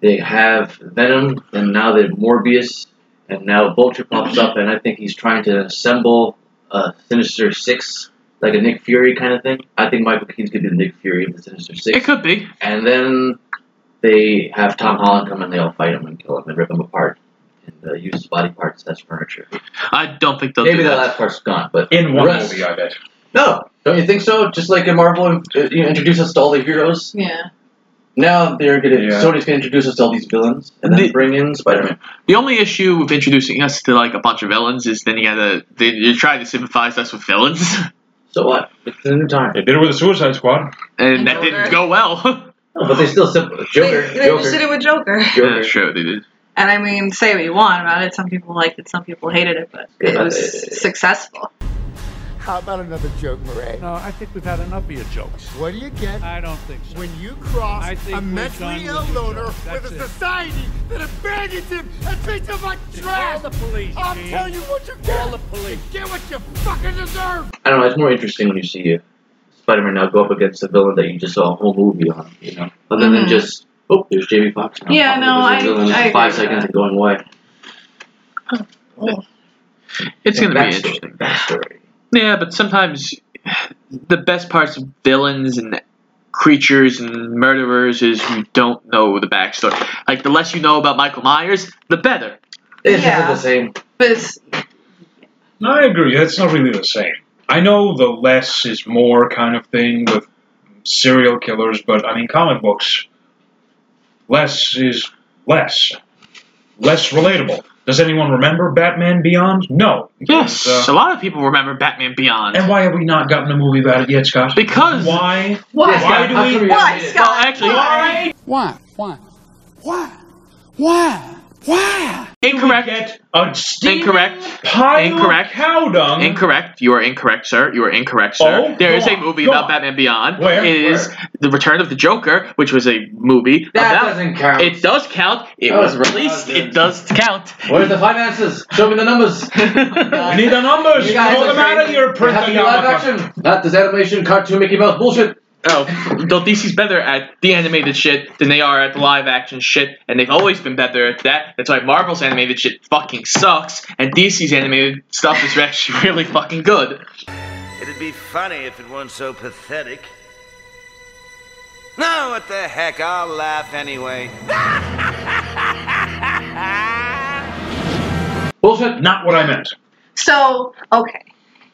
D: they have Venom and now they have Morbius and now Vulture pops up and I think he's trying to assemble a Sinister Six, like a Nick Fury kind of thing. I think Michael Keaton's gonna be the Nick Fury of the Sinister
B: it
D: Six.
B: could be.
D: And then they have Tom Holland come and they all fight him and kill him and rip him apart and uh, use his body parts as furniture.
B: I don't think they'll
D: Maybe
B: do
D: that
B: that.
D: last part's gone, but
C: in
D: the
C: one
D: rest-
C: movie, I bet.
D: No, don't you think so? Just like in Marvel, uh, you introduce us to all the heroes.
A: yeah.
D: Now they're gonna
C: Yeah.
D: Sony's gonna introduce us to all these villains and then
B: The-
D: bring in Spider-Man.
B: The only issue with introducing us to like a bunch of villains is then you gotta they, you're trying to sympathize us with villains,
D: So what? It's a new time.
C: They did it with the Suicide Squad.
B: and
A: And
B: that didn't
A: Joker.
B: go well.
D: No, but they still simple. Joker,
A: They, they just did
D: Joker,
A: it with Joker.
D: Joker.
B: sure they did.
A: And I mean, say what you want about it. Some people liked it, some people hated it, but it
D: Yeah,
A: was
D: they-
A: successful.
H: How about another joke, Murray?
K: No, I think we've had enough of your jokes.
H: What do you get
K: I don't think so.
H: when you cross
K: I think
H: a
K: we're done
H: mentally
K: with
H: ill
K: you,
H: loner
K: Joe. That's
H: with a
K: it.
H: society that abandons him and treats him like
K: Call
H: trash?
K: the police.
H: I'll
K: Gene.
H: tell you what you
K: Call
H: get.
K: the police.
H: You get what you fucking deserve.
D: I don't know. It's more interesting when you see uh, Spider-Man now go up against the villain that you just saw a whole movie on. You know, other than
A: Mhm.
D: just oh, there's Jamie Foxx. now.
A: Yeah,
D: Oh,
A: no,
D: there's a
A: I-
D: villain in
A: I agree
D: five
A: with
D: seconds
A: that.
D: and going away.
B: It's
D: And
B: gonna be
D: backstory,
B: interesting.
D: Backstory.
B: Yeah, but sometimes the best parts of villains and creatures and murderers is you don't know the backstory. Like the less you know about Michael Myers, the better.
D: It's
A: Yeah.
D: not the same.
A: But it's,
C: No, I agree. That's not really the same. I know the less is more kind of thing with serial killers, but I mean, comic books, less is less. Less relatable. Does anyone remember Batman Beyond? No.
B: Yes,
C: Because,
B: a
C: uh,
B: lot of people remember Batman Beyond.
C: and why have we not gotten a movie about it yet, Scott?
B: Because-
C: Why?
A: why?
C: Why do
D: How come
C: we?
D: you
A: Why,
D: haven't made it?
A: Scott?
B: actually-
A: why?
H: Why? Why? Why? Why? Why?
B: incorrect,
C: Get a steaming
B: Incorrect.
C: pile of
B: Incorrect.
C: cow dung.
B: Incorrect. You are incorrect, sir. You are incorrect, sir.
C: Mm-hmm. Oh,
B: there
C: go
B: is a
C: on,
B: movie
C: go
B: about
C: on.
B: Batman Beyond.
C: Where?
B: It is
C: Where?
B: The Return of the Joker, which was a movie.
D: That
B: about-
D: doesn't count.
B: It does count. It
D: Oh,
B: was released.
D: God.
B: It does count.
D: Where's the finances? Show me the numbers.
B: I
C: We need the numbers.
D: You guys
C: Pull
D: are
C: them out
D: crazy.
C: of your
D: It has to
C: printing
D: be live
C: yarmulke.
D: action, not this animation cartoon Mickey Mouse bullshit.
B: Oh, though DC's better at the animated shit than they are at the live action shit, and they've always been better at that. That's why Marvel's animated shit fucking sucks, and DC's animated stuff is actually really fucking good.
G: It'd be funny if it weren't so pathetic. No, what the heck? I'll laugh anyway.
D: Bullshit.
C: Not what I meant.
A: So okay,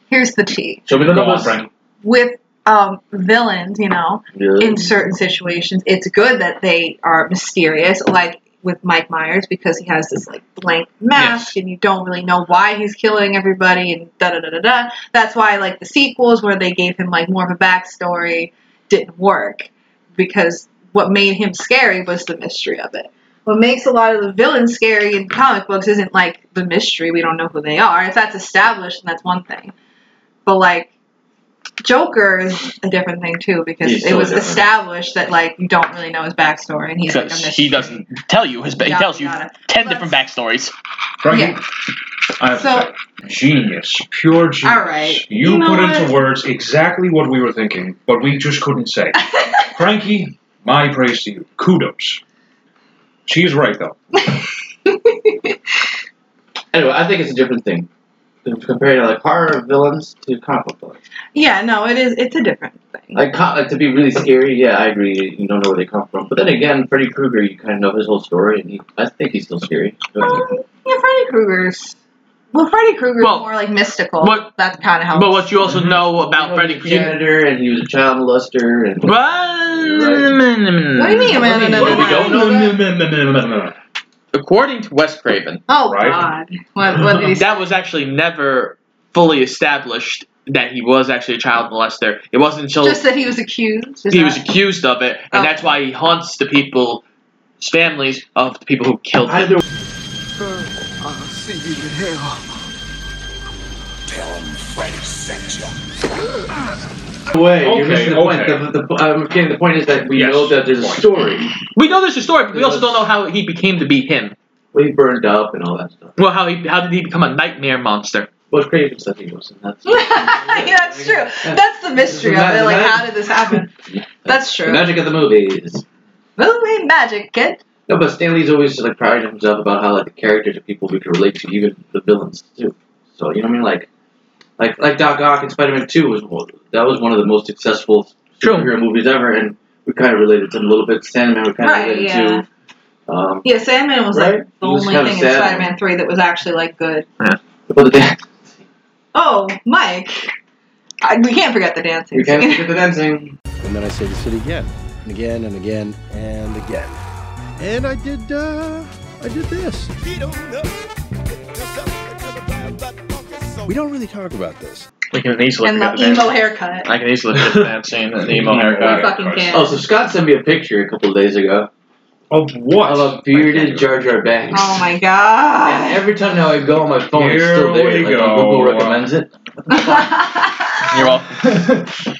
A: here's the tea
D: So we don't
C: Go on,
D: know what's-
C: Frank.
A: with um, villains. You know,
D: Yeah.
A: in certain situations, it's good that they are mysterious, like with Mike Myers because he has this like blank mask and you don't really know why he's killing everybody and da da da da da. That's why like the sequels where they gave him like more of a backstory didn't work because what made him scary was the mystery of it. What makes a lot of the villains scary in comic books isn't like the mystery, we don't know who they are. If that's established, then that's one thing. But like Joker is a different thing too because
D: He's
A: it was
D: totally different.
A: established that like you don't really know his backstory and he's like a
B: Because
A: mystery.
B: he doesn't tell you his. Ba- he
A: Yada,
B: tells you
A: yada.
B: ten different backstories.
C: Frank,
A: Yeah.
C: I have
A: So-
C: to say, genius, pure genius.
A: All right.
C: You,
A: You know
C: put into
A: what?
C: words exactly what we were thinking, but we just couldn't say. Frankie, my praise to you. Kudos. She is right though.
D: Anyway, I think it's a different thing compared to like horror villains to comic book villains.
A: Yeah, no, it is. It's a different thing.
D: Like, co- like to be really scary, yeah, I agree. You don't know where they come from, but then again, Freddy Krueger, you kind of know his whole story, and he, I think he's still scary.
A: um, yeah, Freddy Krueger's. Well, Freddy Krueger's
B: Well,
A: more like mystical.
B: what-
A: That's kind of how.
B: But what you also know about
D: You know,
B: Freddy
D: he's a
B: Krueger.
D: janitor, and he was a child molester, and
B: What
A: What do you mean? man?
D: no,
B: What do we
D: no,
B: don't
D: no,
B: know?
D: no.
B: According to Wes Craven,
A: Oh
C: Right?
A: God! What, what did he say?
B: that was actually never fully established that he was actually a child molester. It wasn't until
A: Just that he was accused. Is
B: he
A: that-
B: was accused of it,
A: Oh.
B: and that's why he haunts the people, families of the people who killed him.
D: Either
E: I'll see you in hell.
G: Tell him Freddy sent you.
D: way, you're
C: Okay,
D: missing the point.
C: okay.
D: The, the, the, I'm getting the point is that we
C: Yes.
D: know that there's a story.
B: We know there's a story, but we
D: Yes.
B: also don't know how he became to be him.
D: Well, he burned up and all that stuff.
B: Well, how he how did he become a nightmare monster?
D: Wes Craven said he was, and that's
A: yeah, that's true. That's the mystery of it. Like, how did this happen? That's
D: the
A: true.
D: magic of the movies.
A: Movie magic, kid.
D: No, but Stanley's always like prided himself about how like the characters are people we can relate to, even the villains too. So you know what I mean? Like, like like Doc Ock in Spider-Man Two was one- that was one of the most successful
B: True.
D: superhero movies ever, and we kind of related to him a little bit. Sandman, we kind of
A: Right,
D: related
A: yeah.
D: to. Um,
A: Yeah, Sandman was
D: Right?
A: like the
D: It was
A: only
D: kinda
A: thing in
D: sad.
A: Spider-Man three that was actually like good.
D: but the dance,
A: Oh, Mike. I, we can't forget the dancing.
D: we kind of at the dancing.
H: And then I say this it again, and again, and again, and again. And I did, uh, I did this. We don't really talk about this.
B: We can easily
A: and the emo haircut.
B: I can easily forget that scene. The emo
A: You
B: haircut.
A: fucking can.
D: Oh, so Scott sent me a picture a couple of days ago
C: Of what?
D: of a bearded Jar Jar Banks.
A: Oh my god.
D: And every time now I go on my phone, it's
C: Here
D: still there.
C: we
D: like,
C: go.
D: Google recommends it.
B: You're
A: Uh,
B: welcome.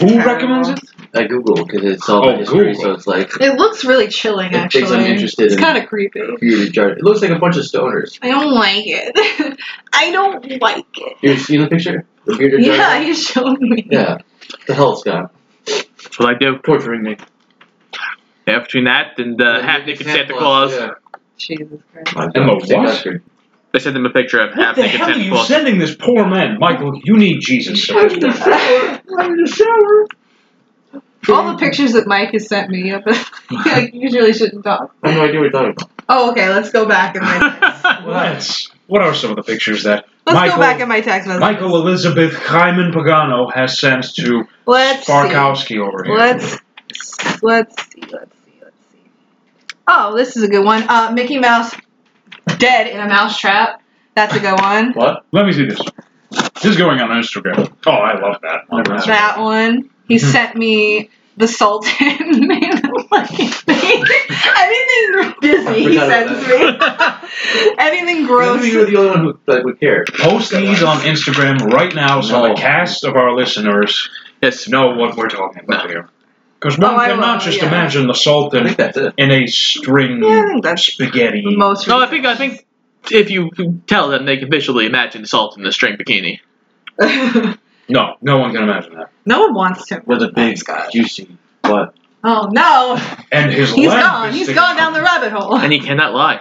C: Who recommends it?
D: I Google because it's all my
C: Oh,
D: history,
C: Google.
D: so it's like
A: it looks really chilling,
D: It
A: actually.
D: thinks I'm interested
A: it's
D: in-
A: kind of creepy.
D: bearded Jar. It looks like a bunch of stoners.
A: I don't like it. I don't like it.
D: You seen the picture? The bearded Jar.
A: Yeah,
D: Jar?
A: you showed me.
D: Yeah. The hell, Scott?
B: That's what I do.
D: Torturing me.
B: Yeah, between that and uh, half naked Santa Claus,
D: Yeah.
A: Jesus Christ.
C: And the
D: Santa
C: what?
D: Oscar.
B: I sent him a picture of
C: What
B: half
C: the
B: naked
C: hell are
B: Santa
C: you
B: Claus.
C: sending this poor man, Michael? You need Jesus.
A: All the pictures that Mike has sent me, of it, like, you really shouldn't talk.
D: I have no idea what you're talking about.
A: Oh, okay, let's go back in my text.
C: Let's. What are some of the pictures that
A: Let's
C: Michael,
A: go back in my text message.
C: Michael Elizabeth Hyman Pagano has sent to
A: let's see.
C: Sparkowski over here?
A: Let's let's see, let's see, let's see. Oh, this is a good one. Uh, Mickey Mouse dead in a mouse trap. That's a good one.
D: What?
C: Let me see this. This is going on Instagram. Oh, I love that. Love that.
A: That one. He sent me the Sultan. and I'm like, Anything Disney he
D: I forgot
A: sends me. Anything
D: Maybe
A: gross.
D: you're the only one who like, would care.
C: Post these on Instagram right now so
D: No.
C: the cast of our listeners
B: Yes.
C: know what we're talking about here. Because
A: Oh,
C: one
A: I
C: cannot
A: will,
C: just
A: yeah.
C: imagine the
D: I
C: Sultan
D: think that's it.
C: in a string
A: Yeah, I think that's
C: spaghetti.
A: The most.
B: No, I think I think if you tell them, they can visually imagine Salt in the string bikini.
C: No, no one can imagine that.
A: no one wants him.
D: With a big,
A: Scott.
D: juicy butt.
A: Oh no!
C: And his
A: He's
C: lamp
A: gone.
C: is
A: He's
C: sticking
A: gone down the rabbit hole.
B: And he cannot lie.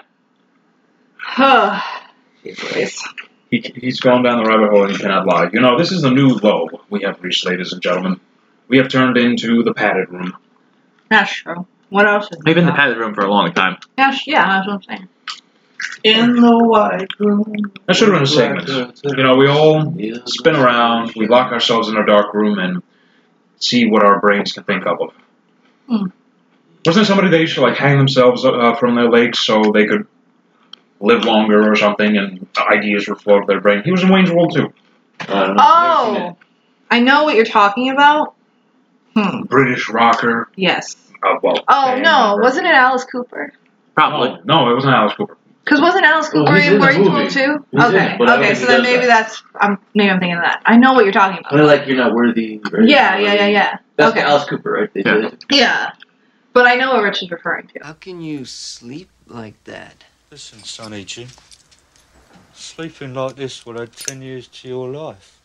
A: Anyways.
C: He, he's gone down the rabbit hole and he cannot lie. You know, this is the new low we have reached, ladies and gentlemen. We have turned into the padded room.
A: That's true. What else is
B: We've been in the
A: there?
B: padded room for a long time.
A: Yes, yeah, that's what I'm saying.
D: In the white room.
C: That should have been a segment. You know, we all spin around, we lock ourselves in our dark room, and see what our brains can think of.
A: Hmm.
C: Wasn't there somebody they used to like hang themselves uh, from their legs so they could live longer or something, and ideas were flowed to their brain? He was in Wayne's World too.
D: I don't know.
A: Oh, I know what you're talking about. Hmm.
C: British rocker.
A: Yes.
C: Uh, well,
A: Oh
C: band
A: no,
C: member.
A: wasn't it Alice Cooper?
B: Probably.
C: No, it wasn't Alice Cooper.
A: Because wasn't Alice
D: Well,
A: Cooper
D: he's in
A: in
D: the
A: Wayne's
D: movie.
A: World too?
D: He's in it,
A: okay,
D: but I don't
A: okay.
D: think
A: So
D: he
A: then
D: does
A: maybe
D: that.
A: that's I'm maybe I'm thinking of that. I know what you're talking
D: Kind
A: about.
D: of like you're not worthy. right?
A: Oh. Yeah, yeah, yeah, yeah,
D: That's
A: Okay.
D: Alice Cooper, right? They
B: Yeah.
D: did it.
A: yeah. But I know what Rich is referring to.
L: How can you sleep like that?
K: Listen, Sonny Jim. Sleeping like this will add 10 years to your life.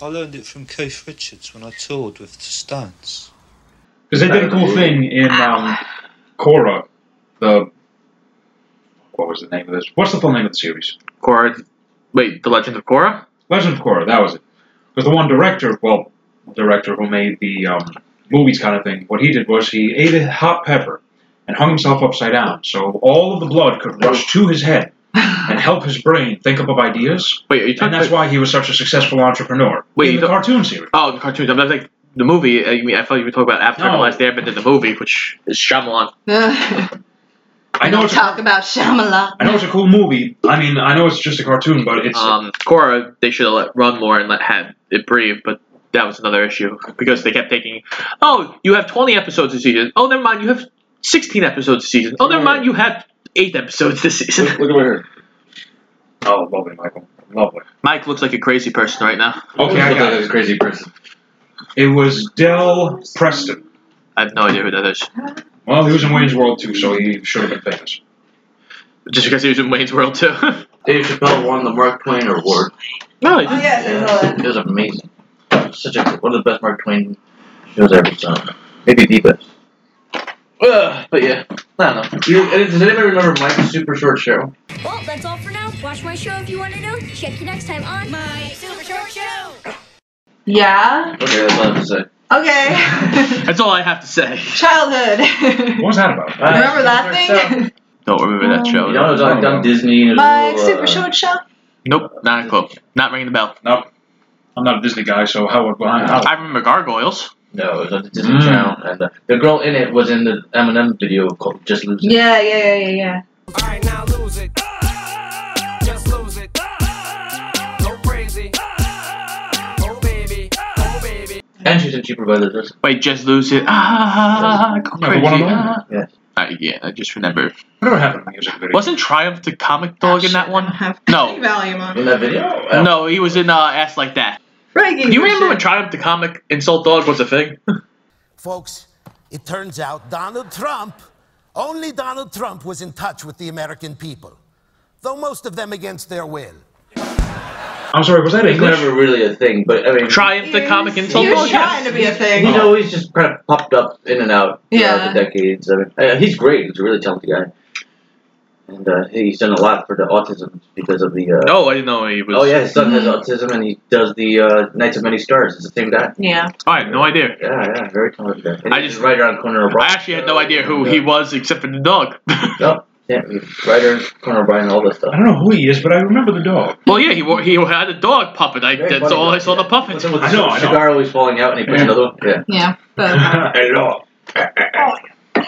K: I learned it from Keith Richards when I toured with the Stones.
C: Because they did a cool thing in
A: Ah.
C: um, Korra, the what was the name of this? What's the full name of the series?
B: Korra. Wait, The Legend of Korra?
C: Legend of Korra. That was it. Because the one director, well, director who made the um, movies kind of thing, what he did was he ate a hot pepper and hung himself upside down, so all of the blood could rush to his head and help his brain think up of ideas.
B: Wait, are you talking
C: And that's
B: about,
C: why he was such a successful entrepreneur.
B: Wait,
C: in
B: you
C: the
B: don't-
C: cartoon series.
B: Oh, the cartoons. I was like, the movie. I mean, I thought you were talking about Avatar The
C: No.
B: Last Airbender, the movie, which is Shyamalan.
D: Uh,
C: I know
A: Don't
C: it's a,
A: talk about Shyamalan.
C: I know it's a cool movie. I mean, I know it's just a cartoon, but it's
B: Um, Korra, they should have let run more and let have it breathe, but that was another issue because they kept thinking, oh, you have 20 episodes this season. Oh, never mind, you have 16 episodes this season. Oh, never mind, you have eight episodes this
D: Look,
B: season.
D: look over here.
C: oh, lovely, Michael, lovely.
B: Mike looks like a crazy person right now.
C: Okay, I
D: Look
C: got
D: like
C: it.
D: a crazy person.
C: It was Del Preston.
B: I have no idea who that is.
C: Well, he was in Wayne's World too, so he should have been famous.
B: Just because he was in Wayne's World too.
D: Dave Chappelle won the Mark Twain Award.
B: no, he
A: Oh
B: didn't.
A: yes, I saw that.
D: It was amazing. Such a one of the best Mark Twain shows I ever saw. Maybe the best. Ugh, but yeah, I don't know. You, and does anybody remember Mike's super short show?
F: Well, that's all for now. Watch my show if you want to know. Check you next time on My Super Short Show.
A: Yeah.
D: Okay, that's all I have to say.
A: Okay.
B: That's all I have to say.
A: Childhood.
C: What was that about?
D: Alright,
A: Remember that
D: super short
A: thing?
B: Don't remember that
D: show.
B: show.
D: You know, it was like done Disney. and it was
A: My
D: all, uh,
A: super short show.
B: Nope, not a clue. Not ringing the bell.
C: No, I'm not a Disney guy, so how would I? How,
B: I remember Gargoyles.
D: No, it was on the Disney
C: Mm.
D: Channel, and the, the girl in it was in the Eminem video called "Just Lose It."
A: Yeah, yeah, yeah, yeah, yeah.
E: Alright, now lose it. Just lose it. Go crazy. Oh, baby. Oh, baby.
D: And she's in Cheaper by the Dozen.
B: Wait, just lose it. Ah, go
C: Yeah, the
B: crazy.
C: one on
B: ah.
D: Yes.
B: Uh, yeah, I just remember.
C: whatever happened to music video?
B: Wasn't Triumph the comic
A: Oh,
B: dog in that one?
A: Have
B: No.
A: Valium on.
D: In that video? I don't-
B: No, he was in uh, Ass Like That.
A: Reggie.
B: Do you remember when
A: shit.
B: Triumph the comic insult dog was a thing?
E: Folks, it turns out Donald Trump, only Donald Trump was in touch with the American people, though most of them against their will.
C: I'm sorry, was that
D: It was
C: English?
D: never really a thing, but I mean,
B: Triumph the comic insult
A: He
B: dog.
A: was trying to
B: Yes.
A: be a thing.
D: he's always just kind of popped up in and out throughout
A: Yeah.
D: the decades. I mean, uh, he's great. He's a really talented guy, and uh, he's done a lot for the autism because of the. Uh,
B: No, I didn't know he was.
D: Oh yeah, his son has autism, and he does the uh, Nights of Many Stars. It's the same guy.
A: Yeah.
B: I had no idea.
D: Yeah, yeah, very talented guy. And
B: I
D: he's
B: just-
D: right around the corner of
B: I
D: Broadway.
B: actually had no idea who he was except for the dog.
D: No, yeah, he's right around the corner of Brian. All this stuff.
C: I don't know who he is, but I remember the dog.
B: well, yeah, he wa- he had a dog puppet. I,
D: Very
B: that's
D: funny
B: all I
D: dog,
B: saw the
D: yeah.
B: puppet.
D: What's up with the
C: I know, I know.
D: cigar always falling out, and he puts
C: Yeah.
D: another one. Yeah.
A: Yeah. But,
C: Hello.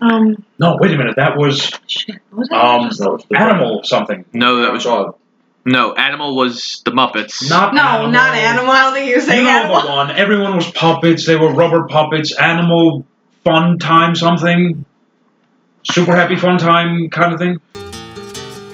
A: um.
C: No, wait a minute. That was
A: Shit. What was that?
C: um
D: No, it's the
C: animal something.
B: No, that
D: Brown
B: was
D: dog.
B: no. Animal was the Muppets.
C: Not
A: no,
C: animal.
A: not animal. I don't think you were
C: You
A: saying
C: know the
A: animal.
C: one. Everyone was puppets. They were rubber puppets. Animal fun time something. Super happy fun time kind of thing.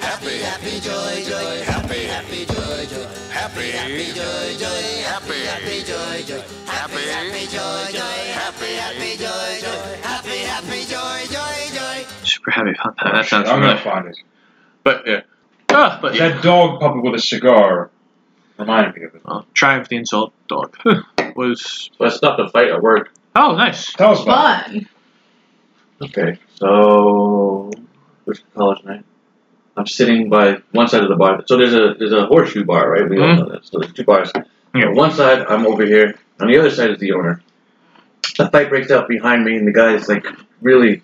G: Happy, happy, joy, joy. Happy, happy, joy, joy. Happy, happy, joy, joy. Happy, happy, joy, joy. Happy, happy, joy, joy. Happy, happy, joy, joy. Happy, happy, joy, joy, joy.
B: Super happy fun time. That sounds
C: I'm gonna
B: familiar.
C: find it.
B: But yeah. Ah, but yeah.
C: That dog puppet with a cigar reminded me of it.
B: Well, Oh, Triumph the insult dog was
D: So I stopped a fight at work.
B: oh nice.
C: Tell us about
A: Fun.
D: Okay. So, where's the college night? I'm sitting by one side of the bar. So there's a there's a horseshoe bar, right? We all know that. So there's two bars.
B: Yeah.
D: On one side, I'm over here. On the other side is the owner. a fight breaks out behind me, and the guy's like really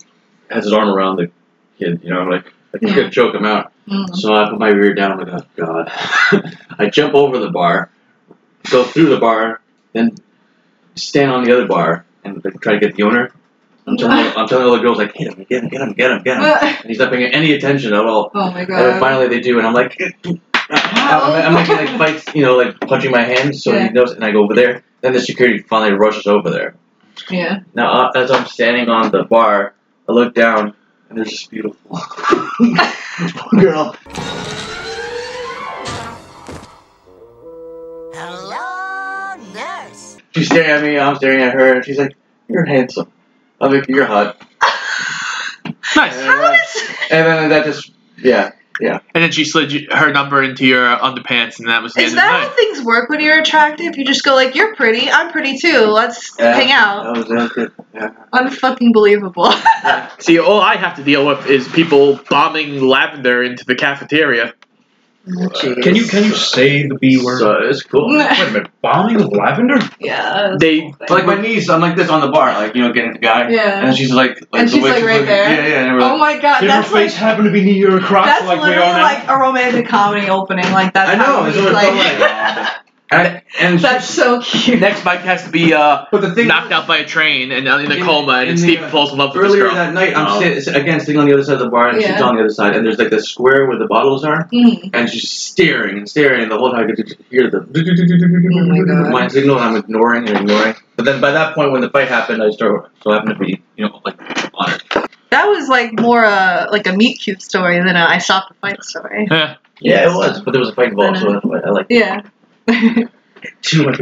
D: has his arm around the kid. You know, I'm like I think I'm gonna choke him out. So I put my rear down. I'm like, oh god. I jump over the bar, go through the bar, then stand on the other bar and like, try to get the owner. I'm telling, I'm telling all the girls like, hit him, get him, get him, get him, get him. And he's not paying any attention at all.
A: Oh my
D: And then
A: god.
D: finally they do, and I'm like, I'm, I'm making like fights, you know, like punching my hand so
A: Yeah.
D: he knows, and I go over there. Then the security finally rushes over there.
A: Yeah.
D: Now, uh, as I'm standing on the bar, I look down, and there's this beautiful girl.
G: Hello, nurse.
D: She's staring at me, I'm staring at her, and she's like, You're handsome. I'm like, You're hot.
B: Nice.
D: And, then- and then that just, yeah, yeah.
B: And then she slid you- her number into your underpants, and that was the
A: Is
B: end of the
A: that
B: night.
A: how things work when you're attractive? You just go like, "You're pretty. I'm pretty too. Let's
B: Yeah.
A: hang out."
D: That was it. Yeah.
A: Unfucking believable.
B: See, all I have to deal with is people bombing lavender into the cafeteria.
C: Can you can you say the B word?
D: So it's cool.
A: Wait
C: a minute, bombing of lavender?
A: yeah.
B: They
D: Like my niece, I'm like this on the bar, like you know, getting the guy.
A: Yeah.
D: And she's like, like
A: And
D: the
A: she's,
D: way
A: like, right
D: looking-
A: there.
D: Yeah, yeah. And we're
A: Oh
B: uh,
A: my god,
C: Did
A: that's
C: her face
A: like
C: happen to be near your crotch
A: that's
C: like we
A: literally
C: are now?
A: like a romantic comedy opening. Like that's
D: I
A: how
D: know.
A: it
D: It's
A: is,
D: what
A: like,
D: it's and, and
A: that's so cute.
B: Next bike has to be uh,
D: but the thing
B: knocked out by a train and uh, in a
D: In-
B: coma, and
D: in
B: Steve
D: the, uh,
B: falls in love with this
D: earlier
B: girl.
D: that night, I'm
B: Oh.
D: sitting again sitting on the other side of the bar, and she's
A: Yeah.
D: on the other side, and there's like this square where the bottles are,
A: Mm.
D: and she's staring and staring, and the whole time I could just hear the
A: Oh my god.
D: mind signal, and I'm ignoring and ignoring. But then by that point, when the fight happened, I start so I happen to be you know like on it.
A: That was like more uh, like a meet cute story than a I shot the fight story.
B: Yeah.
D: Yeah, it was, but there was a fight involved,
A: Uh-huh.
D: so that's why I like
A: Yeah.
D: too much.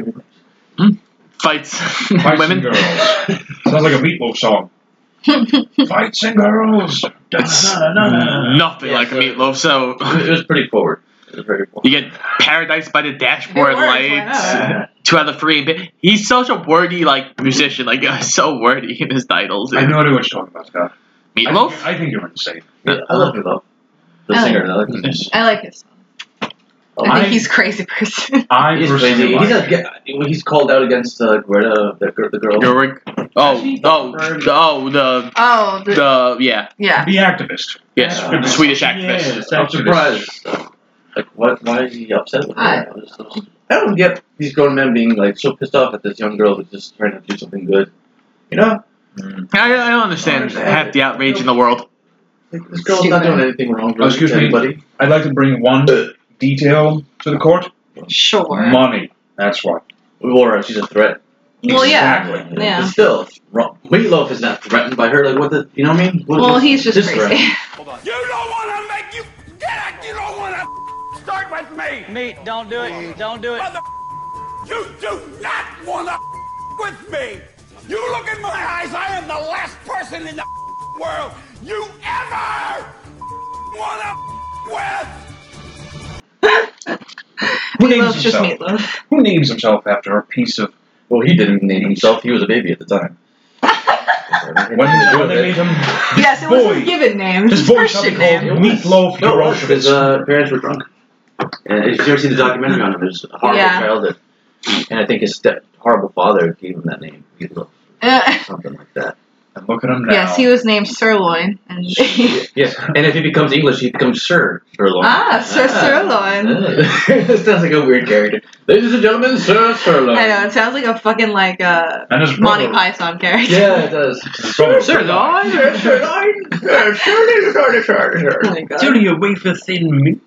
B: Fights.
C: Fights
B: Women.
C: and girls. Sounds like a meatloaf song. Fights and girls.
B: It's
C: Da-na-na-na-na.
B: nothing like meatloaf. So
D: It was pretty forward. It was very forward.
B: you get paradise by the dashboard
A: It works, why
B: lights.
A: not?
B: and Two out of three. But He's such a wordy like musician. Like uh, so wordy in his titles.
C: I know what you're talking about, Scott. I
B: Meatloaf.
C: think, I think you're insane.
D: Yeah, I love you, though. The
A: I like-
D: singer, I like him.
A: I like his song. I
C: I-
A: think he's a crazy person.
C: I
D: He's
C: personally
D: crazy.
C: like
D: He's, a, yeah, he's called out against uh, Greta, the, gir- the girl.
B: Gerwig. Oh, oh, oh, the
A: oh, the,
B: the yeah,
A: yeah.
C: the activist.
B: yes,
D: Yeah.
B: the Swedish activist.
C: Yes,
D: I'm
C: activist.
D: surprised. Like, what? Why is he upset with her?
A: I-
D: I, don't- I don't get these grown men being like so pissed off at this young girl who's just trying to do something good. You know,
B: I, I don't understand half the outrage in the world.
D: like, this girl's not doing anything wrong.
C: Oh, excuse
D: with
C: me.
D: anybody.
C: I'd like to bring one detail to the court.
A: Sure.
C: Money. That's why.
D: Laura, she's a threat.
A: Well, yeah.
C: Exactly.
A: Yeah.
D: But still, it's wrong. Meatloaf is not threatened by her. Like, what the? You know what I mean? What is
A: Well,
D: this-
A: he's just
D: this threat?
A: crazy.
G: You don't want to make you get it. You don't want to start with me.
M: Meat, don't do it. Don't do it.
G: Mother, you do not want to with me. You look in my eyes. I am the last person in the world you ever want to with.
A: Meatloaf,
C: Who names
A: just
C: himself?
A: meatloaf.
C: Who names himself after a piece of
D: Well, he didn't name himself. He was a baby at the time. when
C: when,
A: Ah,
C: when they made him?
A: Yes, it was his
C: Boy.
A: given name.
C: His voice
A: Christian
C: something called
A: name.
C: Meatloaf
D: No, it was, his
C: Hiroshima.
D: uh, parents were drunk. And if you ever see the documentary on him, it was a horrible
A: Yeah.
D: childhood. And I think his step horrible father gave him that name, Meatloaf,
A: Uh,
D: something like that.
C: And look at him now.
A: yes, he was named Sirloin. And
D: yes, and if he becomes English, he becomes Sir Sirloin.
A: ah, Sir Sirloin.
D: this sounds like a weird character. Ladies and gentlemen, Sir Sirloin.
A: I know, it sounds like a fucking, like, uh,
C: and his
A: Monty
C: brother.
A: Python character.
D: Yeah, it does.
C: brother-
B: Sirloin.
D: Sir Sirloin. Sir Sirloin, Sir Sirloin.
A: Oh my god.
C: you wafer thin meat?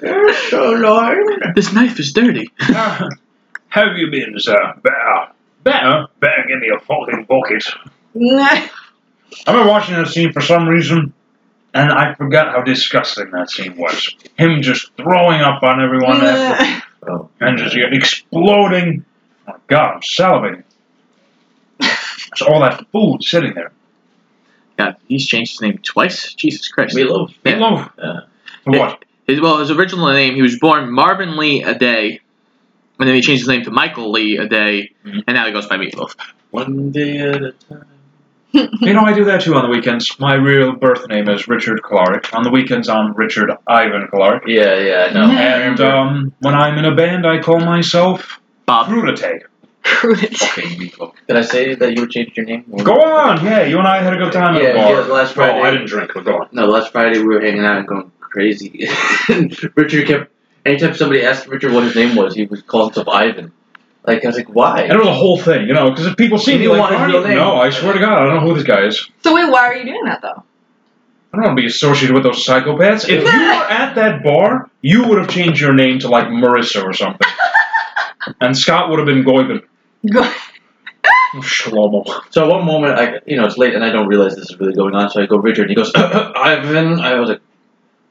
D: Sir Sirloin.
B: This knife is dirty.
C: Have you been, sir? Better. Better? Better give me a fucking bucket. I've been watching that scene for some reason, and I forgot how disgusting that scene was. Him just throwing up on everyone after,
D: Oh,
C: and just yeah, exploding. Oh, God, I'm salivating. It's all that food sitting there.
B: God, he's changed his name twice. Jesus Christ.
D: Meatloaf.
B: Yeah.
C: Meatloaf.
D: Yeah.
C: For what?
B: His, well, his original name, he was born Marvin Lee Aday, and then he changed his name to Michael Lee Aday,
D: Mhm.
B: and now he goes by Meatloaf.
D: One day at a time.
C: you know, I do that too on the weekends. My real birth name is Richard Clark. On the weekends, I'm Richard Ivan Clark.
D: Yeah, yeah, I know.
C: And um, when I'm in a band, I call myself
B: Bob.
C: Crudite.
D: Okay, you go. Did I say that you would change your name?
C: Go on, yeah. You and I had a good time at
D: Yeah,
C: the bar.
D: yeah, last Friday.
C: Oh, I didn't drink, but go on.
D: No, last Friday we were hanging out and going crazy. Richard kept anytime somebody asked Richard what his name was, he would call himself Ivan. Like I was like, why?
C: And it was a whole thing, you know, because if people see
D: You
C: me like,
D: want his
C: "Why
D: real
C: do you-"
D: name.
C: no, I swear to God, I don't know who this guy is.
A: So wait, why are you doing that though?
C: I don't want to be associated with those psychopaths. If you were at that bar, you would have changed your name to like Marissa or something, and Scott would have been Goyben. Shlomo.
D: So at one moment, I you know it's late and I don't realize this is really going on. So I go Richard, and he goes Ivan. I was like,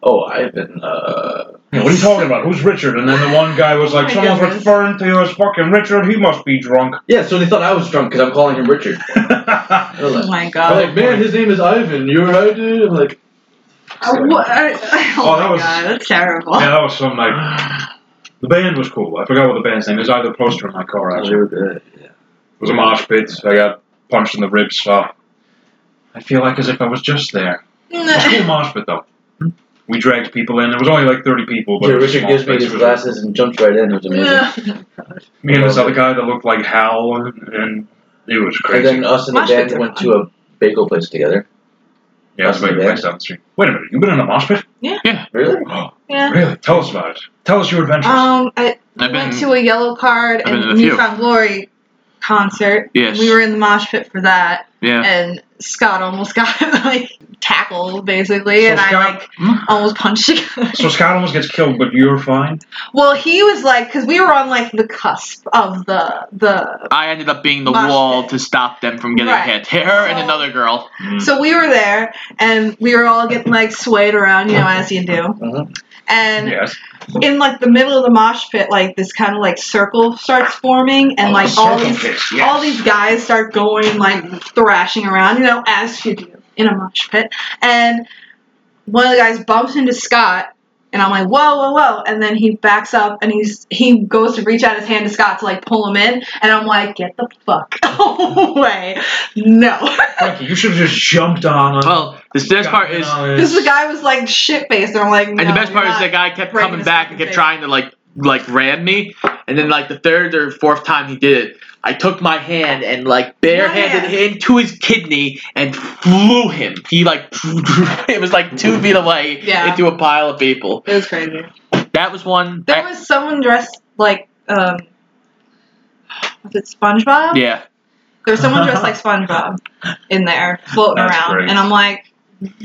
D: oh Ivan. Uh,
C: Yeah, what are you talking about? Who's Richard? And then the one guy was like,
D: My
C: someone's
D: goodness.
C: referring to you as fucking Richard. He must be drunk.
D: yeah. So they thought I was drunk because I'm calling him Richard. I was like,
A: Oh my
D: I'm
A: god.
D: like, man, his name is Ivan. You're right, dude. I'm like,
A: I- what- I- oh,
C: Oh,
A: my
C: that was-
A: god, that's terrible.
C: Yeah, that was some like. The band was cool. I forgot what the band's name is. I had the poster in my car
D: oh,
C: actually.
D: they were good. Yeah.
C: It was a mosh pit. I got punched in the ribs. So I feel like as if I was just there. It was a cool mosh pit though. We dragged people in. There was only like 30 people. But
D: Yeah,
C: it was a
D: Richard
C: small
D: gives me
C: space.
D: his
C: It was-
D: glasses and jumps right in. It was amazing.
C: Me and this other guy that looked like Hal, and it was
D: And
C: crazy.
D: then uh, us and the
A: Mosh pits
D: band
A: are
D: went
A: fun.
D: to a bagel place together.
C: yeah, that's
D: us and
C: my
D: the
C: place down the street. Wait a minute, you've been in a mosh pit?
D: Really?
A: Yeah.
C: Really? Tell us about it. Tell us your adventures.
A: Um, I
B: I've been
A: went to a Yellow Card
B: I've been
A: and
B: to a
A: New
B: few.
A: Found Glory concert.
B: Yes.
A: We were in the mosh pit for that,
B: yeah.
A: and Scott almost got like tackled basically,
C: So
A: and I
C: Scott-
A: like almost punched him.
C: so Scott almost gets killed, but you're fine.
A: well, he was like, because we were on like the cusp of the the
B: I ended up being the
A: Mosh
B: wall
A: pit.
B: to stop them from getting
A: Right.
B: hit. Her and
A: So-
B: another girl.
A: So we were there, and we were all getting like swayed around, you know, as you do.
D: Uh-huh.
A: And
C: Yes.
A: in like the middle of the mosh pit, like this kind of like circle starts forming, and
C: Oh,
A: like
C: the
A: all
C: circle
A: these
C: pit, yes.
A: all these guys start going like thrashing around, you know, as you do in a mosh pit. And one of the guys bumps into Scott. And I'm like, whoa, whoa, whoa! And then he backs up, and he's he goes to reach out his hand to Scott to like pull him in, and I'm like, get the fuck away! No.
C: Frankie, you should have just jumped on him.
B: Well, the best part
C: gotten
B: is,
C: on
A: Because
C: his-
A: the guy was like shit faced, and I'm like, no,
B: and the best part
A: you're
B: is, the
A: not.
B: guy kept
A: breaking
B: coming
A: his
B: back
A: fucking
B: and kept
A: face.
B: trying to like like ram me, and then like the third or fourth time he did it, I took my hand and like barehanded
A: Yeah.
B: him to his kidney and flew him. He like it was like two feet away
A: Yeah.
B: into a pile of people.
A: It was crazy.
B: That was one.
A: There was someone dressed like um, was it SpongeBob?
B: yeah.
A: There was someone dressed like SpongeBob in there floating
C: That's
A: around,
C: great.
A: and I'm like,